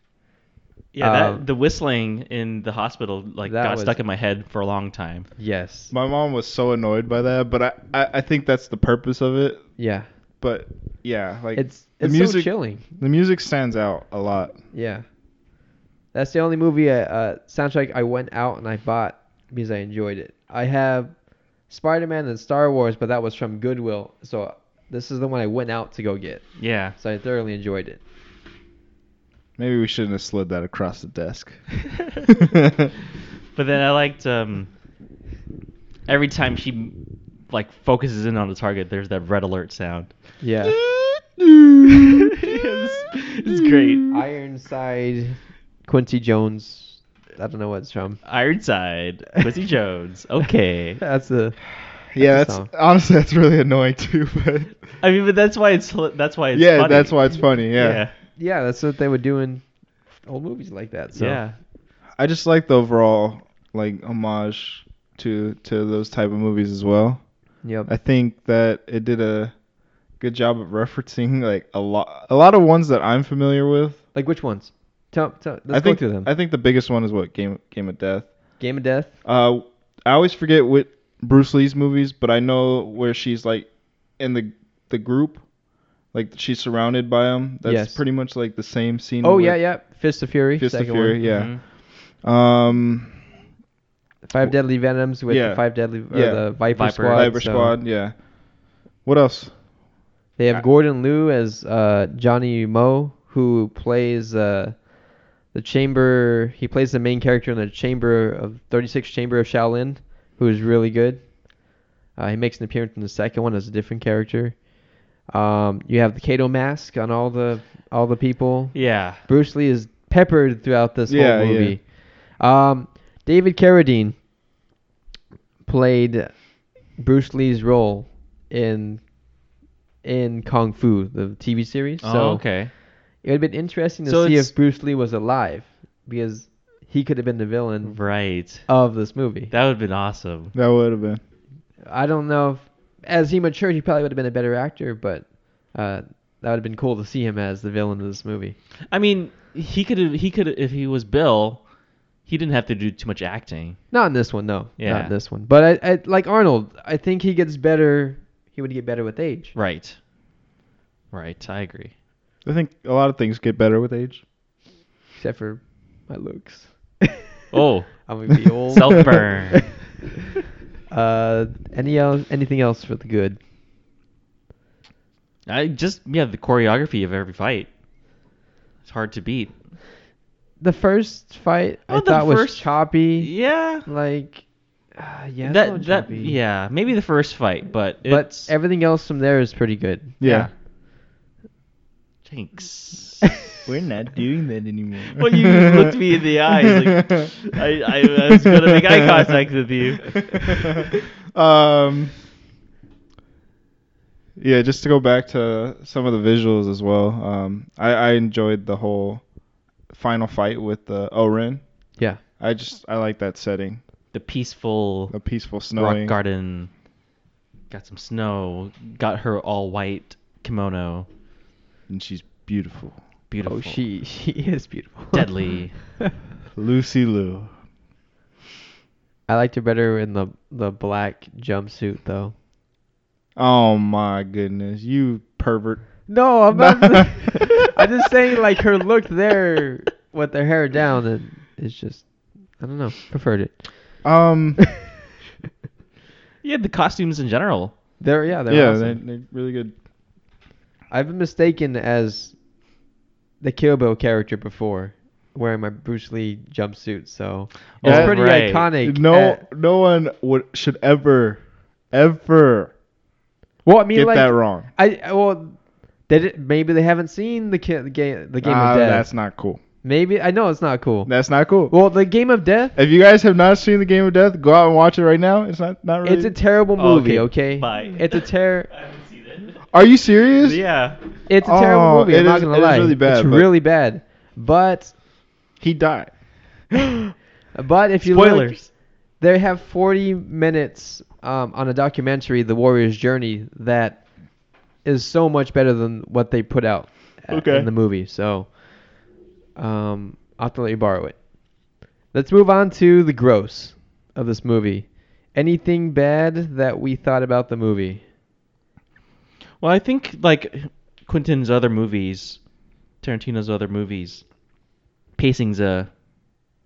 Speaker 1: Yeah,
Speaker 3: Um,
Speaker 1: that, the whistling in the hospital like
Speaker 3: that
Speaker 1: got
Speaker 3: was-
Speaker 1: stuck in my head for a long time.
Speaker 3: Yes.
Speaker 2: My mom was so annoyed by that, but I, I, I think that's the purpose of it.
Speaker 3: Yeah.
Speaker 2: But yeah, like
Speaker 3: It's
Speaker 2: the
Speaker 3: it's so
Speaker 2: music,
Speaker 3: chilling.
Speaker 2: the music stands out a lot.
Speaker 3: Yeah. That's the only movie I, uh, soundtrack I went out and I bought because I enjoyed it. I have Spider-Man and Star Wars, but that was from Goodwill. So this is the one I went out to go get.
Speaker 1: Yeah.
Speaker 3: So I thoroughly enjoyed it.
Speaker 2: Maybe we shouldn't have slid that across the desk.
Speaker 1: But then I liked um, every time she like focuses in on the target, there's that red alert sound.
Speaker 3: Yeah.
Speaker 1: it's, it's great.
Speaker 3: Ironside, Quincy Jones. I don't know what it's from.
Speaker 1: Ironside, Quincy Jones. Okay.
Speaker 3: That's the
Speaker 2: yeah,
Speaker 3: That's a
Speaker 2: that's honestly that's really annoying too. But
Speaker 1: I mean, but that's why it's that's why it's
Speaker 2: yeah,
Speaker 1: funny.
Speaker 2: that's why it's funny. Yeah.
Speaker 3: yeah. That's what they would do in old movies like that. So
Speaker 1: yeah.
Speaker 2: I just like the overall like homage to to those type of movies as well.
Speaker 3: Yep.
Speaker 2: I think that it did a good job of referencing like a lot a lot of ones that I'm familiar with.
Speaker 3: Like which ones? Tell, tell, let's
Speaker 2: I think
Speaker 3: go through them.
Speaker 2: I think the biggest one is what Game Game of Death.
Speaker 3: Game of Death.
Speaker 2: Uh, I always forget what Bruce Lee's movies, but I know where she's like in the the group, like she's surrounded by them. That's
Speaker 3: Yes.
Speaker 2: pretty much like the same scene.
Speaker 3: Oh
Speaker 2: with
Speaker 3: yeah, yeah. Fist of Fury.
Speaker 2: Fist of
Speaker 3: second
Speaker 2: Fury,
Speaker 3: one.
Speaker 2: yeah.
Speaker 1: Mhm.
Speaker 2: Um,
Speaker 3: Five Deadly Venoms with
Speaker 2: Yeah.
Speaker 3: the Five Deadly or
Speaker 2: Yeah.
Speaker 3: the Viper,
Speaker 1: Viper.
Speaker 3: Squad.
Speaker 2: Viper
Speaker 3: so-
Speaker 2: Squad, yeah. What else?
Speaker 3: They have Gordon Liu as uh, Johnny Mo, who plays uh, the chamber. He plays the main character in the chamber of 36 Chamber of Shaolin, who is really good. Uh, he makes an appearance in the second one as a different character. Um, you have the Kato mask on all the all the people.
Speaker 1: Yeah.
Speaker 3: Bruce Lee is peppered throughout this
Speaker 2: Yeah,
Speaker 3: whole
Speaker 2: yeah.
Speaker 3: movie. Um, David Carradine played Bruce Lee's role in in Kung Fu, the TV series.
Speaker 1: Oh,
Speaker 3: so
Speaker 1: okay.
Speaker 3: it would have been interesting to
Speaker 1: So
Speaker 3: see
Speaker 1: it's-
Speaker 3: if Bruce Lee was alive because he could have been the villain
Speaker 1: Right.
Speaker 3: of this movie.
Speaker 1: That would have been awesome.
Speaker 2: That would have been.
Speaker 3: I don't know if as he matured, he probably would have been a better actor, but uh, that would have been cool to see him as the villain of this movie.
Speaker 1: I mean, he could have he could if he was Bill, he didn't have to do too much acting.
Speaker 3: Not in this one, no. Not
Speaker 1: Yeah.
Speaker 3: in this one. But I, I like Arnold. I think he gets better. He would get better with age.
Speaker 1: Right. Right. I agree.
Speaker 2: I think a lot of things get better with age.
Speaker 3: Except for my looks.
Speaker 1: Oh,
Speaker 3: I'm gonna be old.
Speaker 1: self burn.
Speaker 3: uh, any else? Anything else for the good?
Speaker 1: I just yeah the choreography of every fight. It's hard to beat.
Speaker 3: The first fight I
Speaker 1: Oh, the
Speaker 3: thought was
Speaker 1: first-
Speaker 3: choppy.
Speaker 1: Yeah.
Speaker 3: Like, uh, yeah. it's a
Speaker 1: that
Speaker 3: little
Speaker 1: that
Speaker 3: choppy.
Speaker 1: yeah maybe the first fight, but
Speaker 3: But
Speaker 1: it's
Speaker 3: everything else from there is pretty good.
Speaker 2: Yeah.
Speaker 1: jinx.
Speaker 2: We're not doing that anymore.
Speaker 1: Well, you looked me in the eyes, like, I- I- I was gonna make eye contact with you.
Speaker 2: Um, yeah, just to go back to some of the visuals as well. Um, I, I enjoyed the whole final fight with the Oren.
Speaker 3: Yeah.
Speaker 2: I just I like that setting,
Speaker 1: the peaceful
Speaker 2: the peaceful snowing.
Speaker 1: rock garden. Got some snow. Got her all white kimono.
Speaker 2: and she's beautiful.
Speaker 1: Beautiful.
Speaker 3: Oh, she she is beautiful.
Speaker 1: Deadly.
Speaker 2: Lucy Lou.
Speaker 3: I liked her better in the the black jumpsuit though.
Speaker 2: Oh my goodness, you pervert.
Speaker 3: No, I'm not. I'm just saying, like her look there with her hair down, and it's just, I don't know, preferred it.
Speaker 2: Um,
Speaker 1: yeah, the costumes in general.
Speaker 3: They're yeah, they're
Speaker 2: yeah,
Speaker 3: awesome.
Speaker 2: they, they're really good.
Speaker 3: I've been mistaken as the Kill Bill character before, wearing my Bruce Lee jumpsuit. So it's
Speaker 2: Yeah,
Speaker 3: pretty
Speaker 1: right.
Speaker 3: iconic.
Speaker 2: no,
Speaker 3: uh,
Speaker 2: no one would should ever, ever
Speaker 3: well, I mean,
Speaker 2: get
Speaker 3: like,
Speaker 2: that wrong.
Speaker 3: I I- well, they did, maybe they haven't seen the ki- the game the game
Speaker 2: Ah,
Speaker 3: of death.
Speaker 2: That's not cool.
Speaker 3: Maybe I know it's not cool.
Speaker 2: That's not cool.
Speaker 3: well, the game of death.
Speaker 2: if you guys have not seen the Game of Death, go out and watch it right now. It's not not really.
Speaker 3: It's a terrible
Speaker 2: Oh,
Speaker 3: movie. Okay,
Speaker 1: Bye.
Speaker 3: it's a terror.
Speaker 1: I haven't seen it.
Speaker 2: Are you serious?
Speaker 1: Yeah.
Speaker 3: It's a
Speaker 2: Oh,
Speaker 3: terrible movie.
Speaker 2: it
Speaker 3: I'm not
Speaker 2: is-
Speaker 3: gonna
Speaker 2: it is
Speaker 3: lie.
Speaker 2: really bad,
Speaker 3: It's
Speaker 2: but-
Speaker 3: really bad. But
Speaker 2: He died.
Speaker 3: But if you look,
Speaker 1: Spoilers.
Speaker 3: they have 40 minutes um, on a documentary, The Warrior's Journey, that is so much better than what they put out a-
Speaker 2: Okay.
Speaker 3: in the movie. So um, I'll have to let you borrow it. Let's move on to the gross of this movie. Anything bad that we thought about the movie?
Speaker 1: Well, I think like Quentin's other movies, Tarantino's other movies, pacing's a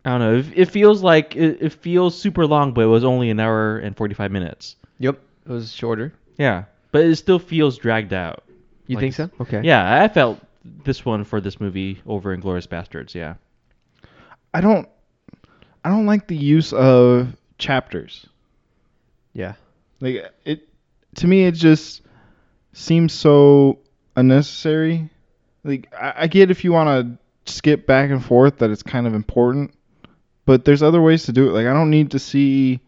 Speaker 1: I don't know. It, it feels like it, it feels super long, but it was only an hour and forty five minutes.
Speaker 3: Yep, it was shorter.
Speaker 1: Yeah, but it still feels dragged out.
Speaker 3: You
Speaker 1: Like
Speaker 3: think so?
Speaker 1: it's-
Speaker 3: Okay.
Speaker 1: Yeah, I felt this one for this movie over Inglorious Bastards. Yeah.
Speaker 2: I don't I don't like the use of chapters.
Speaker 3: Yeah.
Speaker 2: Like it to me it just seems so unnecessary. Like I, I get if you want to skip back and forth that it's kind of important, but there's other ways to do it. Like I don't need to see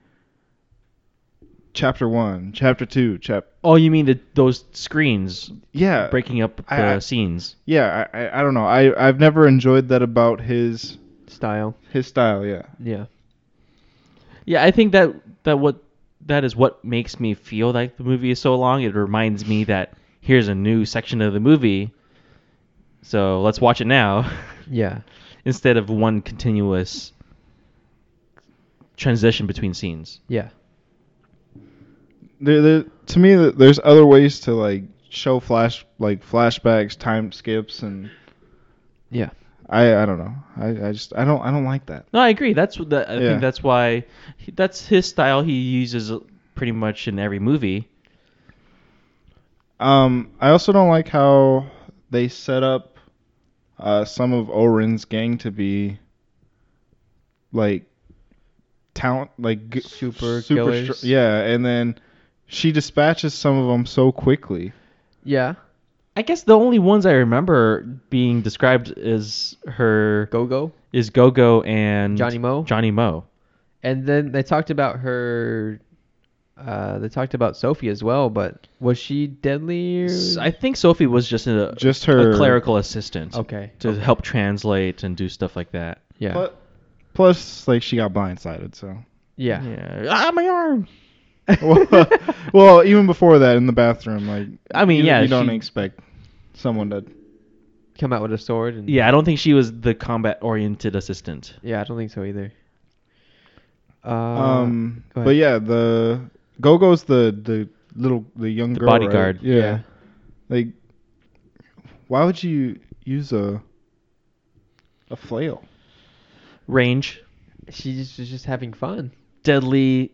Speaker 2: chapter 1, chapter 2, chap
Speaker 1: Oh, you mean the those screens
Speaker 3: Uh,
Speaker 2: Yeah.
Speaker 1: breaking up the
Speaker 2: I- I-
Speaker 1: scenes?
Speaker 2: Yeah, I, I I don't know. I I've never enjoyed that about his
Speaker 3: Style.
Speaker 2: his style, yeah.
Speaker 3: Yeah.
Speaker 1: Yeah, I think that that what that is what makes me feel like the movie is so long. It reminds me that here's a new section of the movie, so let's watch it now
Speaker 3: Yeah.
Speaker 1: instead of one continuous transition between scenes.
Speaker 3: Yeah.
Speaker 2: there, there to me th- there's other ways to like show flash like flashbacks time skips and
Speaker 3: Yeah.
Speaker 2: i i don't know i i just i don't i don't like that
Speaker 1: No, I agree. That's what the, I
Speaker 2: Yeah.
Speaker 1: think that's why that's his style. He uses pretty much in every movie.
Speaker 2: um i also don't like how they set up uh some of oren's gang to be like talent like g-
Speaker 3: Super
Speaker 2: str-
Speaker 3: killers.
Speaker 2: yeah and then she dispatches some of them so quickly
Speaker 3: Yeah.
Speaker 1: I guess the only ones I remember being described is her
Speaker 3: Go go.
Speaker 1: is Gogo and
Speaker 3: Johnny Mo.
Speaker 1: Johnny Mo.
Speaker 3: And then they talked about her. Uh, they talked about Sophie as well, but was she deadly? Or...
Speaker 1: S- I think Sophie was just a
Speaker 2: Just
Speaker 1: a
Speaker 2: her-
Speaker 1: clerical assistant
Speaker 3: Okay.
Speaker 1: to
Speaker 3: okay.
Speaker 1: help translate and do stuff like that.
Speaker 3: Yeah.
Speaker 2: Plu- plus like she got blindsided so
Speaker 3: yeah.
Speaker 1: Ah, my arm.
Speaker 2: well, well, even before that, in the bathroom, like
Speaker 1: I mean,
Speaker 2: you,
Speaker 1: yeah,
Speaker 2: you don't
Speaker 1: she-
Speaker 2: expect someone to.
Speaker 3: Come out with a sword. And...
Speaker 1: Yeah, I don't think she was the combat-oriented assistant.
Speaker 3: Yeah, I don't think so either. Uh,
Speaker 2: Um,
Speaker 3: go ahead.
Speaker 2: but yeah, the Gogo's the the little the young
Speaker 1: The
Speaker 2: girl, right?
Speaker 1: bodyguard.
Speaker 2: Yeah. like why would you use a a flail?
Speaker 1: Range,
Speaker 3: She just was just having fun.
Speaker 1: deadly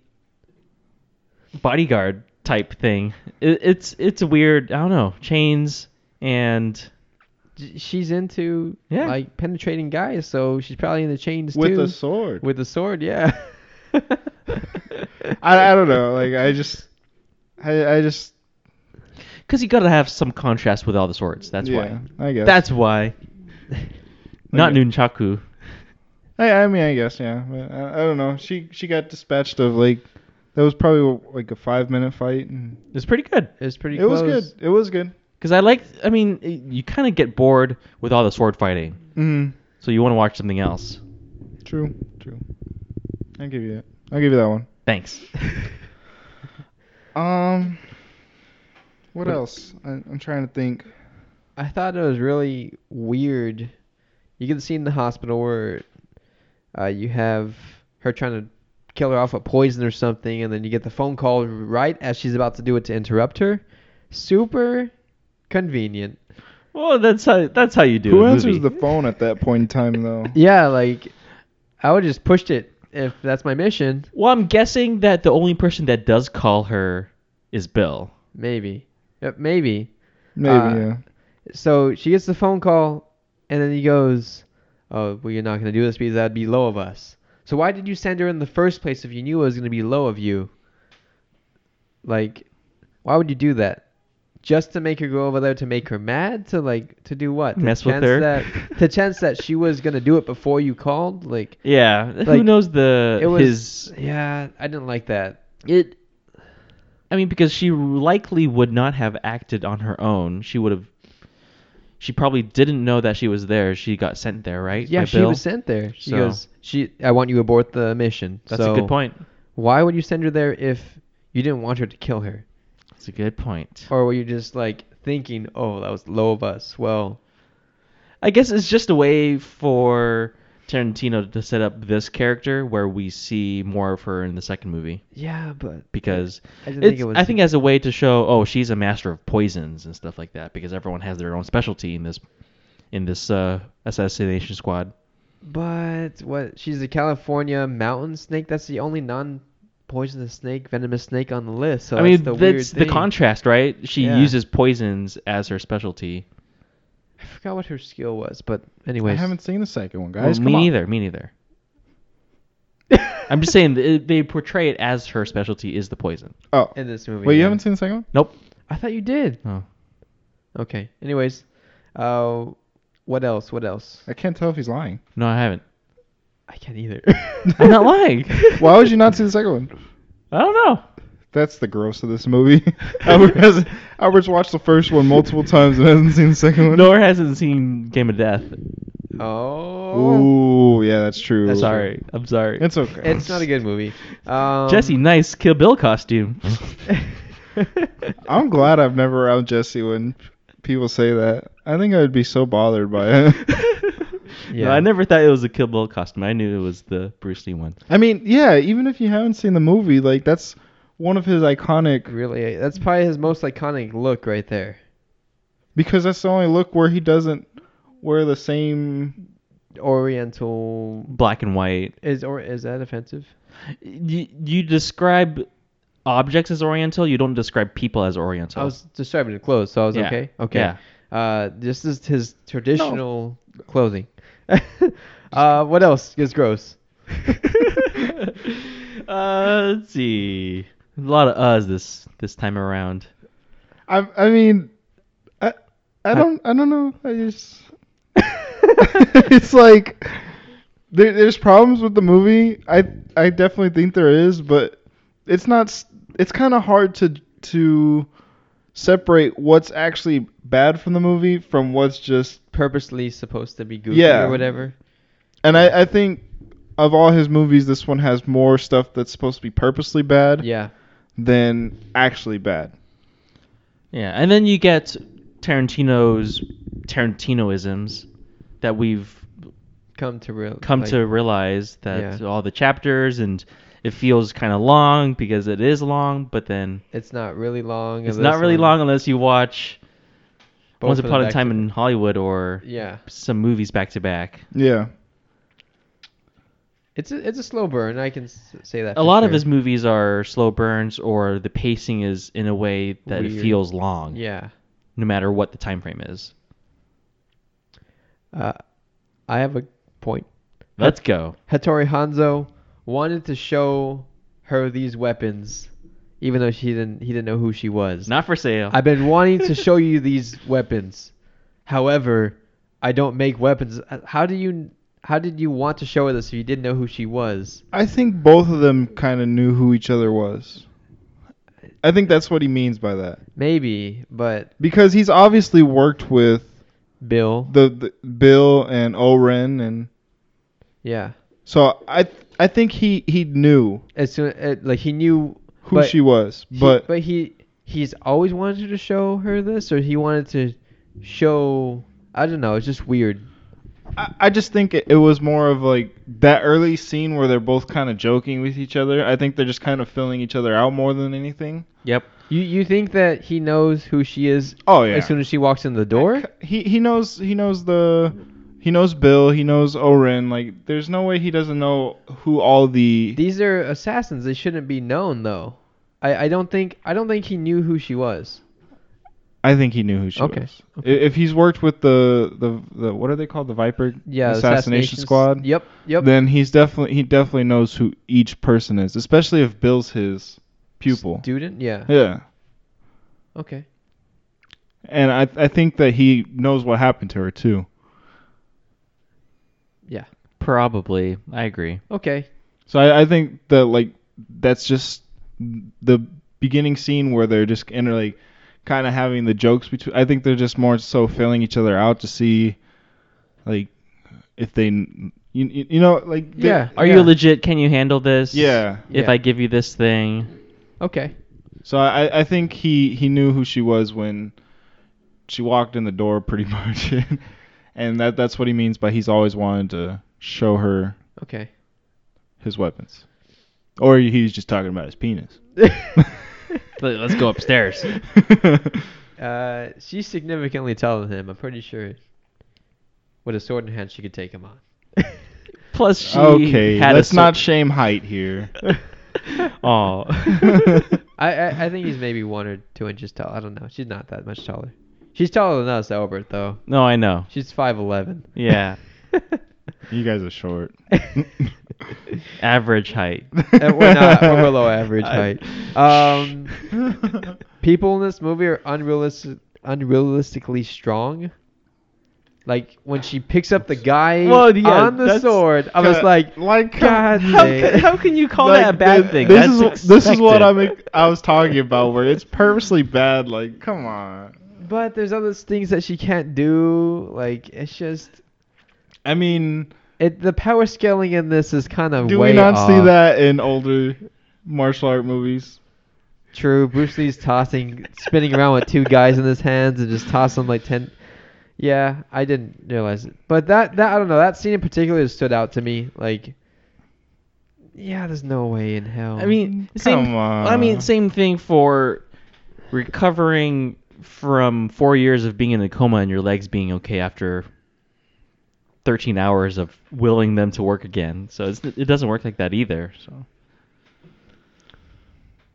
Speaker 1: bodyguard type thing. It, it's it's a weird. I don't know. Chains and
Speaker 3: J- She's into
Speaker 1: Yeah.
Speaker 3: like penetrating guys, so she's probably in the chains
Speaker 2: With
Speaker 3: too.
Speaker 2: a sword.
Speaker 3: With a sword, yeah.
Speaker 2: I, I don't know. Like I just I I just
Speaker 1: because you gotta have some contrast with all the swords. That's
Speaker 2: yeah,
Speaker 1: why.
Speaker 2: I guess
Speaker 1: That's why. Not
Speaker 2: Okay.
Speaker 1: nunchaku.
Speaker 2: I, I mean, I guess, yeah. But I, I don't know. She she got dispatched of like that was probably like a five minute fight, and
Speaker 1: It's pretty good.
Speaker 3: It's pretty.
Speaker 2: it was
Speaker 3: close.
Speaker 2: good. It was good.
Speaker 1: Because I like, I mean, y- you kind of get bored with all the sword fighting,
Speaker 2: Mm.
Speaker 1: so you want to watch something else.
Speaker 2: True. True. I'll give you that. I'll give you that one.
Speaker 1: Thanks.
Speaker 2: Um. What
Speaker 3: What-
Speaker 2: else? I, I'm trying to think.
Speaker 3: I thought it was really weird. You get the scene in the hospital where uh, you have her trying to kill her off with poison or something, and then you get the phone call right as she's about to do it to interrupt her. Super convenient.
Speaker 1: well, that's how that's how you do.
Speaker 2: Who
Speaker 1: a movie.
Speaker 2: answers the phone at that point in time, though?
Speaker 3: Yeah, like I would just pushed it if that's my mission.
Speaker 1: Well, I'm guessing that the only person that does call her is Bill.
Speaker 3: Maybe, Yep, maybe.
Speaker 2: Maybe.
Speaker 3: Uh,
Speaker 2: yeah.
Speaker 3: So she gets the phone call, and then he goes, "Oh, well, you're not gonna do this because that'd be low of us. So why did you send her in the first place if you knew it was gonna be low of you? Like, why would you do that? Just to make her go over there to make her mad? To like to do what? To
Speaker 1: Mess with
Speaker 3: chance
Speaker 1: her?
Speaker 3: That, to chance that she was gonna do it before you called? Like,
Speaker 1: Yeah. Who
Speaker 3: Like,
Speaker 1: knows the
Speaker 3: it
Speaker 1: Uh,
Speaker 3: was.
Speaker 1: his?
Speaker 3: yeah, I didn't like that.
Speaker 1: It. I mean, because she likely would not have acted on her own. She would have. she probably didn't know that she was there. She got sent there, right?
Speaker 3: Yeah,
Speaker 1: by
Speaker 3: she
Speaker 1: Bill?
Speaker 3: was sent there. She
Speaker 1: So-
Speaker 3: goes, she. I want you to abort the mission.
Speaker 1: That's a
Speaker 3: So
Speaker 1: good point.
Speaker 3: Why would you send her there if you didn't want her to kill her,
Speaker 1: That's a good point.
Speaker 3: or were you just like thinking, oh, that was low of us? Well,
Speaker 1: I guess it's just a way for Tarantino to set up this character where we see more of her in the second movie
Speaker 3: yeah, but
Speaker 1: because
Speaker 3: I didn't
Speaker 1: it's,
Speaker 3: think it was.
Speaker 1: I think as a way to show oh she's a master of poisons and stuff like that because everyone has their own specialty in this in this uh, assassination squad.
Speaker 3: But what? She's a California mountain snake. That's the only non-poisonous snake, venomous snake on the list. So
Speaker 1: I mean
Speaker 3: that's the weird
Speaker 1: that's the
Speaker 3: thing.
Speaker 1: contrast, right? She
Speaker 3: Yeah.
Speaker 1: uses poisons as her specialty.
Speaker 3: I forgot what her skill was, but
Speaker 2: I
Speaker 3: anyways.
Speaker 2: haven't seen the second one, guys.
Speaker 1: Well,
Speaker 2: Come
Speaker 1: me
Speaker 2: on.
Speaker 1: neither. Me neither. I'm just saying they, they portray it as her specialty is the poison.
Speaker 2: Oh,
Speaker 3: in this movie.
Speaker 2: wait, you
Speaker 3: yeah.
Speaker 2: haven't seen the second one?
Speaker 1: Nope.
Speaker 3: I thought you did.
Speaker 1: Oh.
Speaker 3: Okay. Anyways, uh, what else? What else?
Speaker 2: I can't tell if he's lying.
Speaker 1: No, I haven't.
Speaker 3: I can't either.
Speaker 1: I'm not lying.
Speaker 2: Why would you not see the second one?
Speaker 1: I don't know.
Speaker 2: That's the gross of this movie. Albert has, Albert's watched the first one multiple times and hasn't seen the second one.
Speaker 1: Nor hasn't seen Game of Death.
Speaker 3: Oh.
Speaker 2: Ooh, yeah, that's true.
Speaker 3: That's all
Speaker 1: Sorry, I'm sorry.
Speaker 2: It's okay.
Speaker 3: It's not a good movie. Um,
Speaker 1: Jesse, nice Kill Bill costume.
Speaker 2: I'm glad I've never around Jesse when people say that. I think I would be so bothered by it.
Speaker 1: yeah.
Speaker 3: Yeah.
Speaker 1: I never thought it was a Kill Bill costume. I knew it was the Bruce Lee one.
Speaker 2: I mean, yeah, even if you haven't seen the movie, like that's one of his iconic
Speaker 3: Really, that's probably his most iconic look right there.
Speaker 2: because that's the only look where he doesn't wear the same.
Speaker 3: Oriental
Speaker 1: Black and white.
Speaker 3: Is or is that offensive?
Speaker 1: You, you describe objects as Oriental. You don't describe people as Oriental.
Speaker 3: I was describing the clothes, so I was
Speaker 1: Yeah.
Speaker 3: okay. Okay.
Speaker 1: Yeah.
Speaker 3: Uh, this is his traditional clothing. uh, what else is gross?
Speaker 1: uh, let's see. A lot of uhs this this time around.
Speaker 2: I I mean, I I don't I don't know. I just it's like there, there's problems with the movie. I I definitely think there is, but it's not. s- It's kind of hard to to separate what's actually bad from the movie from what's just.
Speaker 3: Purposely supposed to be goofy
Speaker 2: Yeah.
Speaker 3: or whatever.
Speaker 2: And I I think of all his movies, this one has more stuff that's supposed to be purposely bad
Speaker 3: Yeah.
Speaker 2: than actually bad.
Speaker 1: Yeah, and then you get Tarantino's Tarantinoisms that we've
Speaker 3: Come to real.
Speaker 1: come
Speaker 3: like-
Speaker 1: to realize that
Speaker 3: Yeah.
Speaker 1: all the chapters and it feels kind of long because it is long, but then
Speaker 3: It's not really long.
Speaker 1: it's
Speaker 3: unless
Speaker 1: not really
Speaker 3: one-
Speaker 1: long unless you watch
Speaker 3: both
Speaker 1: Once
Speaker 3: of them
Speaker 1: Upon a
Speaker 3: back
Speaker 1: Time
Speaker 3: to-
Speaker 1: in Hollywood or
Speaker 3: Yeah.
Speaker 1: some movies back to back.
Speaker 2: Yeah.
Speaker 3: It's a, it's a slow burn. I can s- say that.
Speaker 1: A lot of his movies are slow burns or the pacing is in a way that it
Speaker 3: Weird.
Speaker 1: feels long,
Speaker 3: Yeah.
Speaker 1: no matter what the time frame is.
Speaker 3: Uh, I have a point.
Speaker 1: Let's go.
Speaker 3: Hattori Hanzo wanted to show her these weapons, even though she didn't. He didn't know who she was.
Speaker 1: Not for sale.
Speaker 3: I've been wanting to show you these weapons. However, I don't make weapons. Uh, How do you? How did you want to show her this if you didn't know who she was?
Speaker 2: I think both of them kind of knew who each other was. I think that's what he means by that.
Speaker 3: Maybe, but
Speaker 2: Because he's obviously worked with
Speaker 3: Bill.
Speaker 2: the, the Bill and Oren and
Speaker 3: Yeah.
Speaker 2: so I I think he he knew
Speaker 3: As soon, uh, like he knew
Speaker 2: who
Speaker 3: But
Speaker 2: she was,
Speaker 3: he-
Speaker 2: but
Speaker 3: but he he's always wanted to show her this, or he wanted to show. I don't know. It's just weird.
Speaker 2: I, I just think it, it was more of like that early scene where they're both kind of joking with each other. I think they're just kind of filling each other out more than anything.
Speaker 1: yep.
Speaker 3: You you think that he knows who she is
Speaker 2: Oh yeah.
Speaker 3: as soon as she walks in the door?
Speaker 2: He he knows he knows the he knows Bill, he knows Oren. Like there's no way he doesn't know who all the
Speaker 3: These are assassins. They shouldn't be known though. I, I don't think I don't think he knew who she was.
Speaker 2: I think he knew who she
Speaker 3: Okay.
Speaker 2: was. I- If he's worked with the, the the what are they called the Viper
Speaker 3: Yeah, the
Speaker 2: assassination
Speaker 3: assassinations-
Speaker 2: squad,
Speaker 3: Yep, yep.
Speaker 2: then he's definitely he definitely knows who each person is, especially if Bill's his pupil.
Speaker 3: Student, yeah.
Speaker 2: yeah,
Speaker 3: Okay.
Speaker 2: and I I think that he knows what happened to her too.
Speaker 3: Yeah.
Speaker 1: Probably. I agree.
Speaker 3: Okay.
Speaker 2: So I, I think that like that's just the beginning scene where they're just and like kind of having the jokes between. I think they're just more so filling each other out to see, like, if they, you, you you know, like they-
Speaker 3: Yeah.
Speaker 1: Are you legit? Can you handle this?
Speaker 2: Yeah.
Speaker 1: If
Speaker 3: Yeah.
Speaker 1: I give you this thing,
Speaker 3: Okay.
Speaker 2: So I I think he he knew who she was when she walked in the door pretty much, and that that's what he means by he's always wanted to show her
Speaker 3: Okay.
Speaker 2: his weapons, or he's just talking about his penis.
Speaker 1: Let- let's go upstairs.
Speaker 3: Uh, she's significantly taller than him. I'm pretty sure. With a sword in hand, she could take him on.
Speaker 1: Plus, she
Speaker 2: okay,
Speaker 1: had
Speaker 2: let's
Speaker 1: a
Speaker 2: not shame height here.
Speaker 1: Oh,
Speaker 3: I, I I think he's maybe one or two inches tall. I don't know. She's not that much taller. She's taller than us, Albert, though.
Speaker 1: no, I know.
Speaker 3: She's five eleven.
Speaker 1: Yeah,
Speaker 2: You guys are short.
Speaker 1: average height.
Speaker 3: Uh, we're not. We're below average
Speaker 2: I-
Speaker 3: height. Um, people in this movie are unrealistic, unrealistically strong. Like when she picks up the guy
Speaker 1: Well, yeah,
Speaker 3: on the
Speaker 1: that's
Speaker 3: sword, I was
Speaker 2: Ca-
Speaker 3: like,
Speaker 2: like
Speaker 3: God,
Speaker 1: How,
Speaker 3: dang.
Speaker 1: ca- how can you call
Speaker 2: like,
Speaker 1: that a bad
Speaker 2: thi-
Speaker 1: thing?
Speaker 2: This
Speaker 1: That's
Speaker 2: is this is what
Speaker 1: expected.
Speaker 2: I'm I was talking about, where it's purposely bad. Like, come on.
Speaker 3: but there's other things that she can't do. Like it's just
Speaker 2: I mean,
Speaker 3: it. The power scaling in this is kind of
Speaker 2: do
Speaker 3: way
Speaker 2: we not see
Speaker 3: off.
Speaker 2: that in older martial art movies?
Speaker 3: True. Bruce Lee's tossing, spinning around with two guys in his hands and just tossing like ten. Yeah, I didn't realize it, but that that I don't know that scene in particular stood out to me. Like, yeah, there's no way in hell.
Speaker 1: I mean, same.
Speaker 2: Oh, Come on.
Speaker 1: I mean, same thing for recovering from four years of being in a coma and your legs being okay after 13 hours of willing them to work again. So it's, it doesn't work like that either. So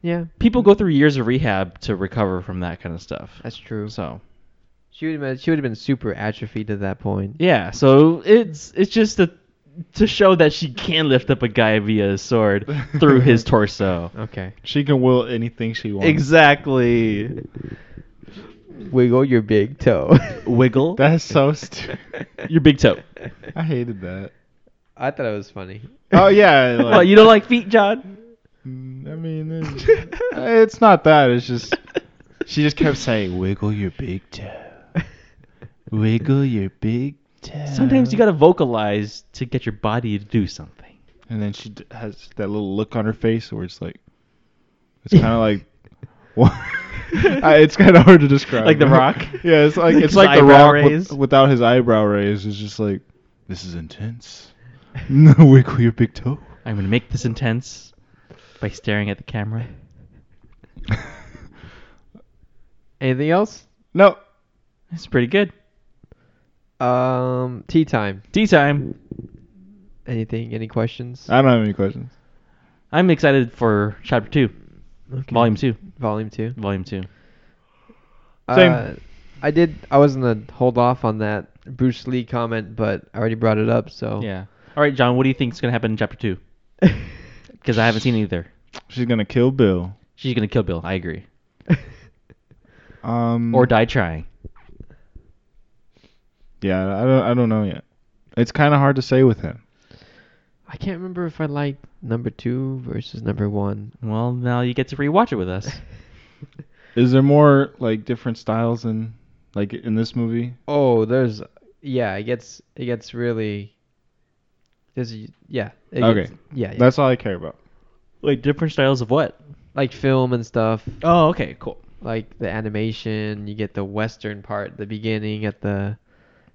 Speaker 3: yeah,
Speaker 1: people go through years of rehab to recover from that kind of stuff.
Speaker 3: that's true.
Speaker 1: So
Speaker 3: She would have been, she would have been super atrophied at that point.
Speaker 1: yeah, so it's it's just to to show that she can lift up a guy via a sword through his torso.
Speaker 3: Okay,
Speaker 2: She can will anything she wants.
Speaker 1: Exactly.
Speaker 3: wiggle your big toe.
Speaker 1: Wiggle
Speaker 2: That's so stupid.
Speaker 1: your big toe.
Speaker 2: I hated that.
Speaker 3: I thought it was funny.
Speaker 2: Oh yeah. Like,
Speaker 1: Well, you don't like feet, John?
Speaker 2: Mm, I mean, it's, it's not that. It's just she just kept saying, "Wiggle your big toe, wiggle your big toe."
Speaker 1: Sometimes you gotta vocalize to get your body to do something.
Speaker 2: And then she d- has that little look on her face where it's like, it's kind of like, what? I, it's kind of hard to describe.
Speaker 1: Like The Rock?
Speaker 2: yeah, it's like
Speaker 1: Like
Speaker 2: it's
Speaker 1: his
Speaker 2: like the
Speaker 1: eyebrow
Speaker 2: rock with-
Speaker 1: raise?
Speaker 2: without his eyebrow raised. It's just like, this is intense. No, wiggle your big toe.
Speaker 1: I'm gonna make this intense by staring at the camera.
Speaker 3: Anything else?
Speaker 2: No,
Speaker 1: It's pretty good.
Speaker 3: Um, tea time.
Speaker 1: Tea time.
Speaker 3: Anything? Any questions?
Speaker 1: Uh,
Speaker 2: I don't have any questions.
Speaker 1: I'm excited for chapter two,
Speaker 3: Okay.
Speaker 1: volume two,
Speaker 3: Volume two.
Speaker 1: volume two.
Speaker 2: Same.
Speaker 3: Uh, I did. I was gonna hold off on that Bruce Lee comment, but I already brought it up. So
Speaker 1: Yeah. All right, John. What do you think's gonna happen in chapter two? Because I haven't seen either.
Speaker 2: She's gonna kill Bill.
Speaker 1: She's gonna kill Bill. I agree.
Speaker 2: Um,
Speaker 1: Or die trying.
Speaker 2: Yeah, I don't, I don't know yet. It's kind of hard to say with him.
Speaker 3: I can't remember if I liked number two versus number one.
Speaker 1: Well, now you get to rewatch it with us.
Speaker 2: Is there more like different styles in like in this movie?
Speaker 3: Oh, there's. Yeah, it gets. It gets really. There's. a- Yeah. it
Speaker 2: Okay.
Speaker 3: gets- yeah. yeah.
Speaker 2: That's all I care about.
Speaker 1: Wait, different styles of what?
Speaker 3: like film and stuff.
Speaker 1: Oh, okay, cool.
Speaker 3: Like the animation. You get the western part, the beginning at the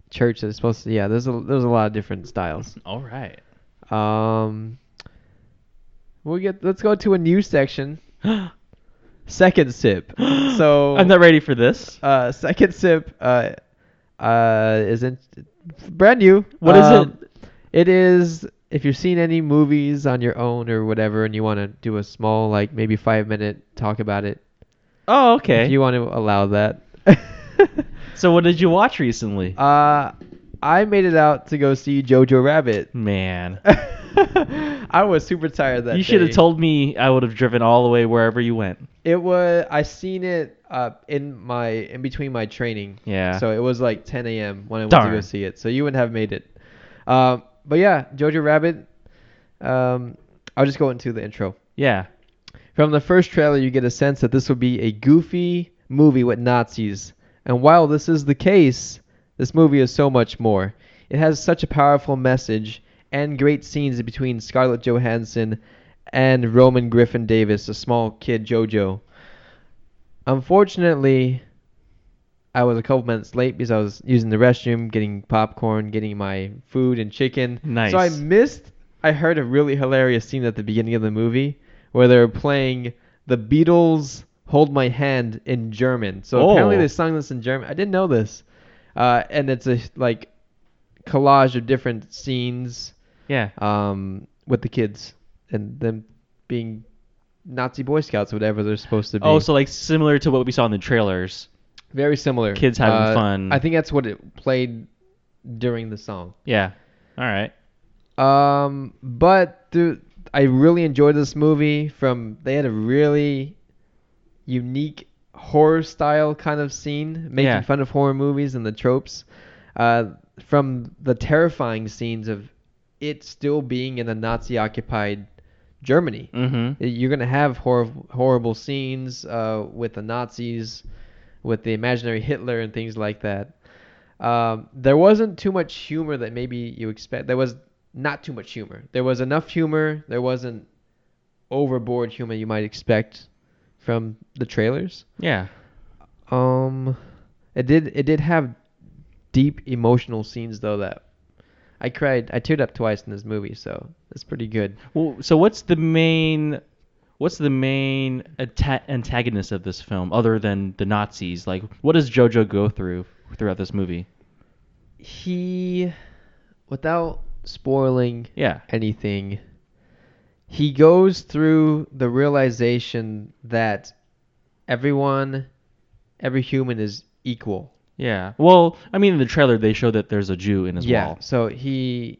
Speaker 3: church that's supposed to. Yeah. There's a. There's a lot of different styles.
Speaker 1: All right.
Speaker 3: Um, we get. Let's go to a new section. Second sip. So
Speaker 1: I'm not ready for this.
Speaker 3: uh, second sip uh, uh, is in, brand new. Um,
Speaker 1: What is it?
Speaker 3: It is if you've seen any movies on your own or whatever, and you want to do a small, like maybe five minute talk about it.
Speaker 1: Oh,
Speaker 3: If
Speaker 1: okay.
Speaker 3: you want to allow that.
Speaker 1: so, what did you watch recently?
Speaker 3: uh, I made it out to go see Jojo Rabbit.
Speaker 1: Man,
Speaker 3: I was super tired that
Speaker 1: you should have
Speaker 3: day.
Speaker 1: told me. I would have driven all the way wherever you went.
Speaker 3: It was I seen it uh, in my in between my training.
Speaker 1: Yeah.
Speaker 3: So it was like 10 a.m. when I went to go
Speaker 1: Darn.
Speaker 3: see it. So you wouldn't have made it. Um, but yeah, Jojo Rabbit. Um, I'll just go into the intro.
Speaker 1: Yeah.
Speaker 3: From the first trailer, you get a sense that this will be a goofy movie with Nazis. And while this is the case, this movie is so much more. It has such a powerful message and great scenes between Scarlett Johansson and Roman Griffin Davis, a small kid JoJo. Unfortunately, I was a couple minutes late because I was using the restroom, getting popcorn, getting my food and chicken.
Speaker 1: Nice.
Speaker 3: So I missed. I heard a really hilarious scene at the beginning of the movie where they were playing the Beatles "Hold My Hand" in German. So apparently
Speaker 1: Oh.
Speaker 3: they sung this in German. I didn't know this, uh, and it's a like collage of different scenes
Speaker 1: Yeah.
Speaker 3: um, with the kids and them being Nazi Boy Scouts, whatever they're supposed to be.
Speaker 1: Oh, so like similar to what we saw in the trailers.
Speaker 3: very similar. Uh,
Speaker 1: kids having fun.
Speaker 3: I think that's what it played during the song.
Speaker 1: Yeah. All right.
Speaker 3: Um, but dude, I really enjoyed this movie. From they had a really unique horror style kind of scene, making
Speaker 1: Yeah.
Speaker 3: fun of horror movies and the tropes. Uh, from the terrifying scenes of it still being in a Nazi-occupied Germany,
Speaker 1: Mm-hmm.
Speaker 3: you're gonna have hor- horrible scenes uh, with the Nazis, with the imaginary Hitler and things like that. Um, there wasn't too much humor that maybe you expect. There was not too much humor. There was enough humor. There wasn't overboard humor you might expect from the trailers.
Speaker 1: Yeah.
Speaker 3: Um, it did it did have deep emotional scenes though that I cried. I teared up twice in this movie, so it's pretty good.
Speaker 1: Well, so what's the main, what's the main ata- antagonist of this film other than the Nazis? Like, what does JoJo go through throughout this movie?
Speaker 3: he without spoiling
Speaker 1: Yeah.
Speaker 3: anything he goes through the realization that everyone every human is equal
Speaker 1: Yeah. Well, I mean, in the trailer they show that there's a Jew in as
Speaker 3: yeah
Speaker 1: well.
Speaker 3: so he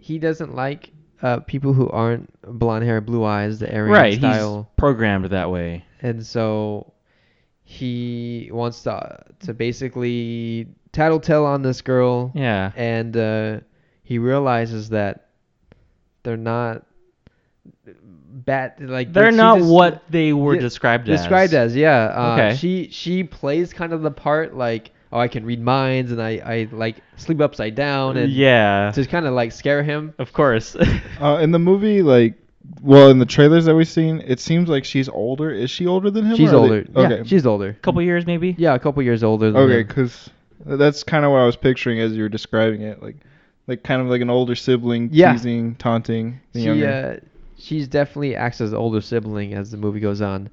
Speaker 3: he doesn't like uh, people who aren't blonde hair blue eyes the Aryan
Speaker 1: Right.
Speaker 3: style
Speaker 1: He's programmed that way.
Speaker 3: and so he wants to to basically tattletale on this girl
Speaker 1: Yeah.
Speaker 3: and uh, he realizes that they're not bat like
Speaker 1: They're
Speaker 3: she
Speaker 1: not
Speaker 3: just-
Speaker 1: what they were
Speaker 3: Yeah,
Speaker 1: described,
Speaker 3: described
Speaker 1: as.
Speaker 3: as yeah uh,
Speaker 1: Okay.
Speaker 3: she she plays kind of the part like oh I can read minds and I I like sleep upside down and
Speaker 1: Yeah.
Speaker 3: to kind of like scare him
Speaker 1: Of course.
Speaker 2: Uh, in the movie, like, well, in the trailers that we've seen, it seems like she's older. Is she older than him?
Speaker 3: she's
Speaker 2: or are
Speaker 3: older
Speaker 2: They, okay.
Speaker 3: yeah she's older
Speaker 1: couple years maybe.
Speaker 3: yeah a couple years older than
Speaker 2: okay,
Speaker 3: him.
Speaker 2: because that's kind of what I was picturing as you were describing it, like, like kind of like an older sibling
Speaker 3: Yeah.
Speaker 2: teasing, taunting the
Speaker 3: she
Speaker 2: younger.
Speaker 3: uh, she's definitely acts as older sibling as the movie goes on.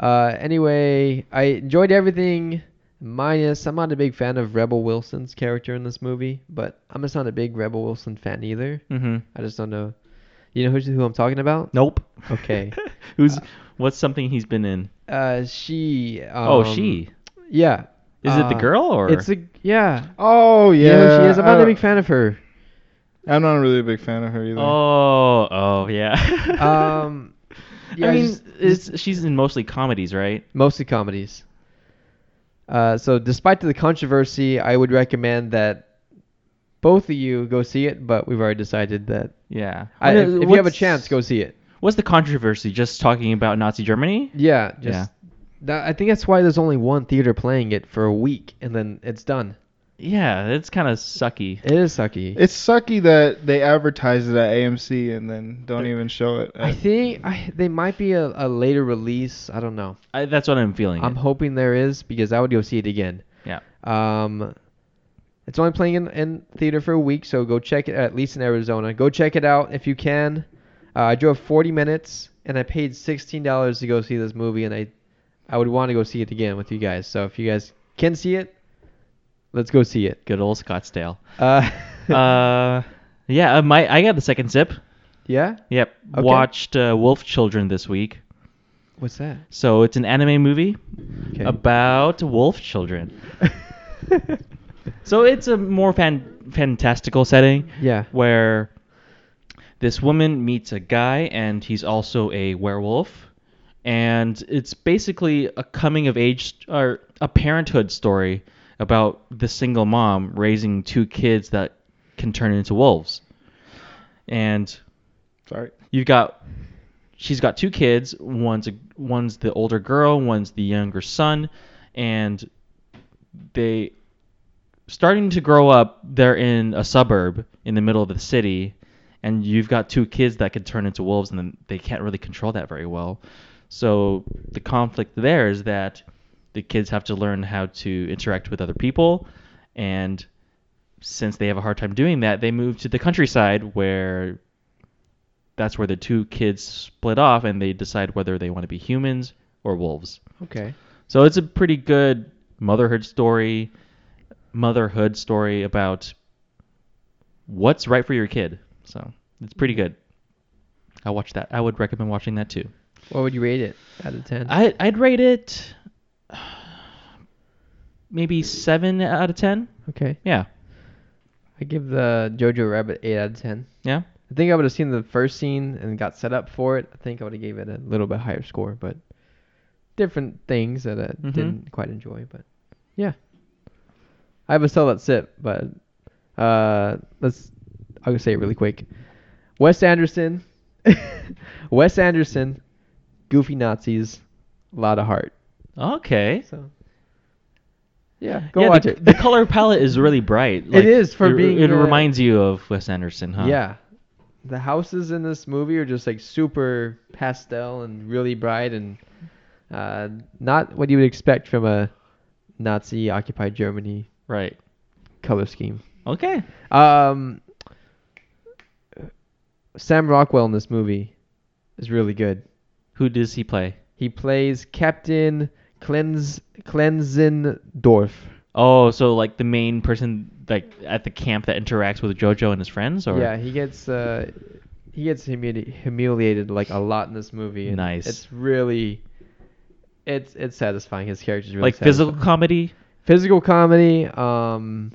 Speaker 3: Uh, anyway, I enjoyed everything. Minus, I'm not a big fan of Rebel Wilson's character in this movie, but I'm just not a big Rebel Wilson fan either.
Speaker 1: Mm-hmm.
Speaker 3: I just don't know. You know who, who I'm talking about?
Speaker 1: Nope.
Speaker 3: Okay.
Speaker 1: Who's what's something he's been in?
Speaker 3: Uh, she. Um,
Speaker 1: oh, she.
Speaker 3: Yeah.
Speaker 1: Is it the
Speaker 3: uh,
Speaker 1: girl or?
Speaker 3: It's a yeah.
Speaker 2: oh
Speaker 3: You
Speaker 2: yeah,
Speaker 3: know who she is. I'm
Speaker 2: I
Speaker 3: not a
Speaker 2: don't-
Speaker 3: big fan of her.
Speaker 2: I'm not really a big fan of her either.
Speaker 1: oh, oh yeah.
Speaker 3: Um, yeah,
Speaker 1: I mean,
Speaker 3: just-
Speaker 1: it's, she's in mostly comedies, right?
Speaker 3: mostly comedies. Uh, so, despite the controversy, I would recommend that both of you go see it. But we've already decided that
Speaker 1: Yeah.
Speaker 3: I,
Speaker 1: What-
Speaker 3: if, if you have a
Speaker 1: what's-
Speaker 3: chance, go see it.
Speaker 1: What's the controversy? Just talking about Nazi Germany?
Speaker 3: Yeah, just That, I think that's why there's only one theater playing it for a week, and then it's done.
Speaker 1: Yeah, it's kind of sucky.
Speaker 3: It is sucky.
Speaker 2: It's sucky that they advertise it at AMC and then don't even show it.
Speaker 3: I
Speaker 2: At,
Speaker 3: think I, they might be a, a later release. I don't know.
Speaker 1: I, that's what I'm feeling.
Speaker 3: I'm
Speaker 1: it.
Speaker 3: hoping there is because I would go see it again.
Speaker 1: Yeah.
Speaker 3: Um, it's only playing in, in theater for a week, so go check it at least in Arizona. Go check it out if you can. Uh, I drove 40 minutes and I paid $16 to go see this movie, and I I would want to go see it again with you guys. So if you guys can see it, let's go see it.
Speaker 1: Good old Scottsdale.
Speaker 3: Uh,
Speaker 1: uh, yeah, uh, my I got the second sip.
Speaker 3: yeah.
Speaker 1: Yep.
Speaker 3: Okay.
Speaker 1: Watched uh, Wolf Children this week.
Speaker 3: What's that?
Speaker 1: So it's an anime movie
Speaker 3: Okay.
Speaker 1: about wolf children. So it's a more fan- fantastical setting
Speaker 3: yeah.
Speaker 1: where this woman meets a guy and he's also a werewolf and it's basically a coming of age or a parenthood story about the single mom raising two kids that can turn into wolves. And
Speaker 2: sorry.
Speaker 1: you've got she's got two kids. One's a, one's the older girl, one's the younger son, and they starting to grow up. They're in a suburb in the middle of the city, and you've got two kids that could turn into wolves, and then they can't really control that very well. So the conflict there is that the kids have to learn how to interact with other people, and since they have a hard time doing that, they move to the countryside where that's where the two kids split off and they decide whether they want to be humans or wolves.
Speaker 3: Okay.
Speaker 1: So it's a pretty good motherhood story, motherhood story about what's right for your kid. So it's pretty good. I watched that. I would recommend watching that too.
Speaker 3: What would you rate it out of ten?
Speaker 1: I I'd rate it maybe seven out of ten.
Speaker 3: okay.
Speaker 1: Yeah.
Speaker 3: I give the Jojo Rabbit eight out of ten.
Speaker 1: Yeah.
Speaker 3: I think I would have seen the first scene and got set up for it. I think I would have gave it a little bit higher score, but different things that I
Speaker 1: Mhm.
Speaker 3: didn't quite enjoy. But yeah, I have a cell that's it. But uh, let's I'll say it really quick. Wes Anderson, Wes Anderson, goofy Nazis, a lot of heart.
Speaker 1: Okay.
Speaker 3: So yeah,
Speaker 1: Go
Speaker 3: go
Speaker 1: yeah,
Speaker 3: watch
Speaker 1: the,
Speaker 3: it.
Speaker 1: The color palette is really bright.
Speaker 3: It is for
Speaker 1: it,
Speaker 3: being,
Speaker 1: It
Speaker 3: uh,
Speaker 1: reminds you of Wes Anderson, huh?
Speaker 3: Yeah. The houses in this movie are just like super pastel and really bright and uh, not what you would expect from a Nazi occupied Germany
Speaker 1: Right.
Speaker 3: color scheme.
Speaker 1: Okay.
Speaker 3: Um, Sam Rockwell in this movie is really good.
Speaker 1: Who does he play?
Speaker 3: He plays Captain Cleanz Klenzendorf.
Speaker 1: Oh, so like the main person like at the camp that interacts with Jojo and his friends, or
Speaker 3: Yeah, he gets uh, he gets humili- humiliated like a lot in this movie. and
Speaker 1: Nice.
Speaker 3: It's really, it's it's satisfying. His character's really
Speaker 1: like
Speaker 3: satisfying.
Speaker 1: physical comedy.
Speaker 3: physical comedy. Um,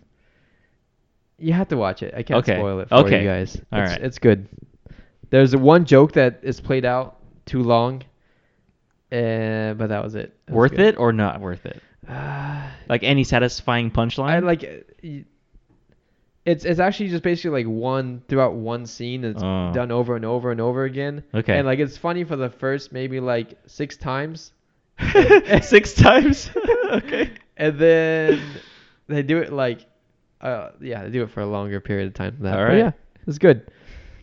Speaker 3: you have to watch it. I can't
Speaker 1: Okay.
Speaker 3: spoil it for
Speaker 1: Okay.
Speaker 3: you guys.
Speaker 1: All
Speaker 3: it's,
Speaker 1: right.
Speaker 3: it's good. There's one joke that is played out too long, uh, but that was it. It was
Speaker 1: worth
Speaker 3: good.
Speaker 1: it or not worth it?
Speaker 3: Uh,
Speaker 1: Like any satisfying punchline?
Speaker 3: I like uh, y- it's it's actually just basically like one throughout one scene that's
Speaker 1: Oh.
Speaker 3: done over and over and over again.
Speaker 1: Okay.
Speaker 3: And like it's funny for the first maybe like six times.
Speaker 1: six times. okay.
Speaker 3: And then they do it like uh yeah, they do it for a longer period of time than that.
Speaker 1: All
Speaker 3: But
Speaker 1: right.
Speaker 3: yeah. It's good.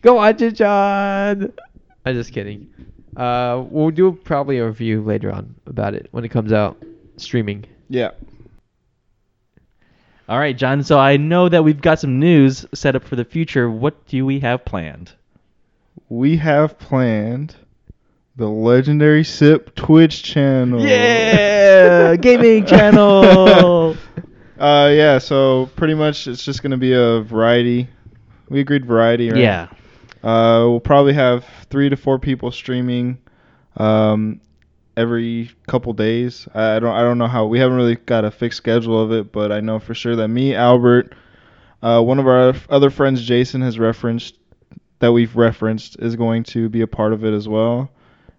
Speaker 3: Go watch it, John. I'm just kidding. Uh we'll do probably a review later on about it when it comes out streaming.
Speaker 2: Yeah.
Speaker 1: All right, John. So I know that we've got some news set up for the future. What do we have planned?
Speaker 2: We have planned the legendary Sip Twitch channel.
Speaker 1: Yeah, gaming channel.
Speaker 2: Uh, yeah. So pretty much, it's just gonna be a variety. We agreed variety, right?
Speaker 1: Yeah.
Speaker 2: Uh, we'll probably have three to four people streaming, um, every couple days. I I don't I don't know how we haven't really got a fixed schedule of it, but I know for sure that me, Albert, uh, one of our other friends, Jason, has referenced that we've referenced is going to be a part of it as well,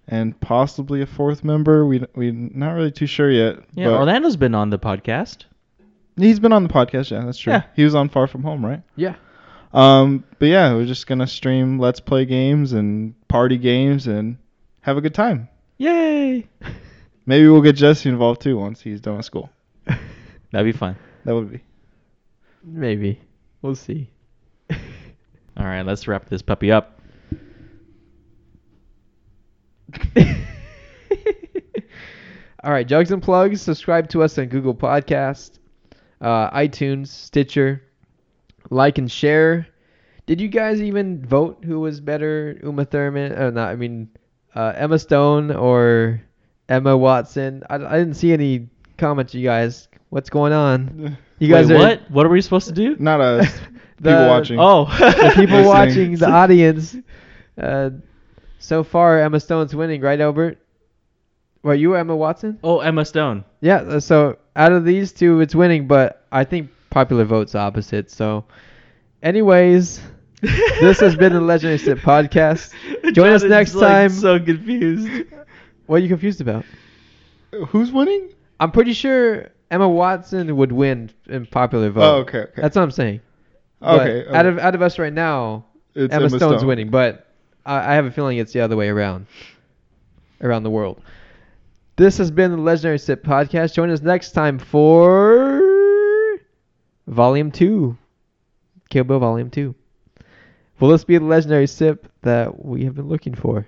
Speaker 2: and possibly a fourth member. We we not really too sure yet.
Speaker 1: Yeah.
Speaker 2: but
Speaker 1: Orlando's been on the podcast.
Speaker 2: he's been on the podcast. Yeah, that's true.
Speaker 1: Yeah.
Speaker 2: He was on Far From Home, right?
Speaker 3: Yeah.
Speaker 2: Um, but yeah, we're just gonna stream Let's Play games and party games and have a good time.
Speaker 1: Yay.
Speaker 2: Maybe we'll get Jesse involved too once he's done with school.
Speaker 1: That'd be fun.
Speaker 2: That would be.
Speaker 3: Maybe. We'll see.
Speaker 1: All right, let's wrap this puppy up.
Speaker 3: All right, jugs and plugs. Subscribe to us on Google Podcast, uh, iTunes, Stitcher. Like and share. Did you guys even vote who was better, Uma Thurman? Oh, not. I mean, uh, Emma Stone or Emma Watson? I, I didn't see any comments. You guys, what's going on? You guys
Speaker 1: Wait,
Speaker 3: are
Speaker 1: what? What are we supposed to do?
Speaker 2: Not us.
Speaker 3: The-
Speaker 2: people watching.
Speaker 1: Oh,
Speaker 3: the people
Speaker 2: Listening.
Speaker 3: watching, the audience. Uh, so far, Emma Stone's winning, right, Albert? Were you Emma Watson?
Speaker 1: Oh, Emma Stone.
Speaker 3: Yeah. uh, So out of these two, it's winning, but I think popular votes opposite. So, anyways, this has been the Legendary Sit podcast. Join us
Speaker 1: Jonathan's,
Speaker 3: next
Speaker 1: like,
Speaker 3: time.
Speaker 1: So confused.
Speaker 3: What are you confused about?
Speaker 2: Who's winning?
Speaker 3: I'm pretty sure Emma Watson would win in popular vote.
Speaker 2: Oh, okay, okay.
Speaker 3: That's what I'm saying. But
Speaker 2: okay. oh.
Speaker 3: Out of out of us right now,
Speaker 2: It's
Speaker 3: Emma, Stone's winning, but I, I have a feeling it's the other way around, around the world. This has been the Legendary Sip Podcast. Join us next time for Volume 2. Kill Bill Volume 2. Will this be the Legendary Sip that we have been looking for?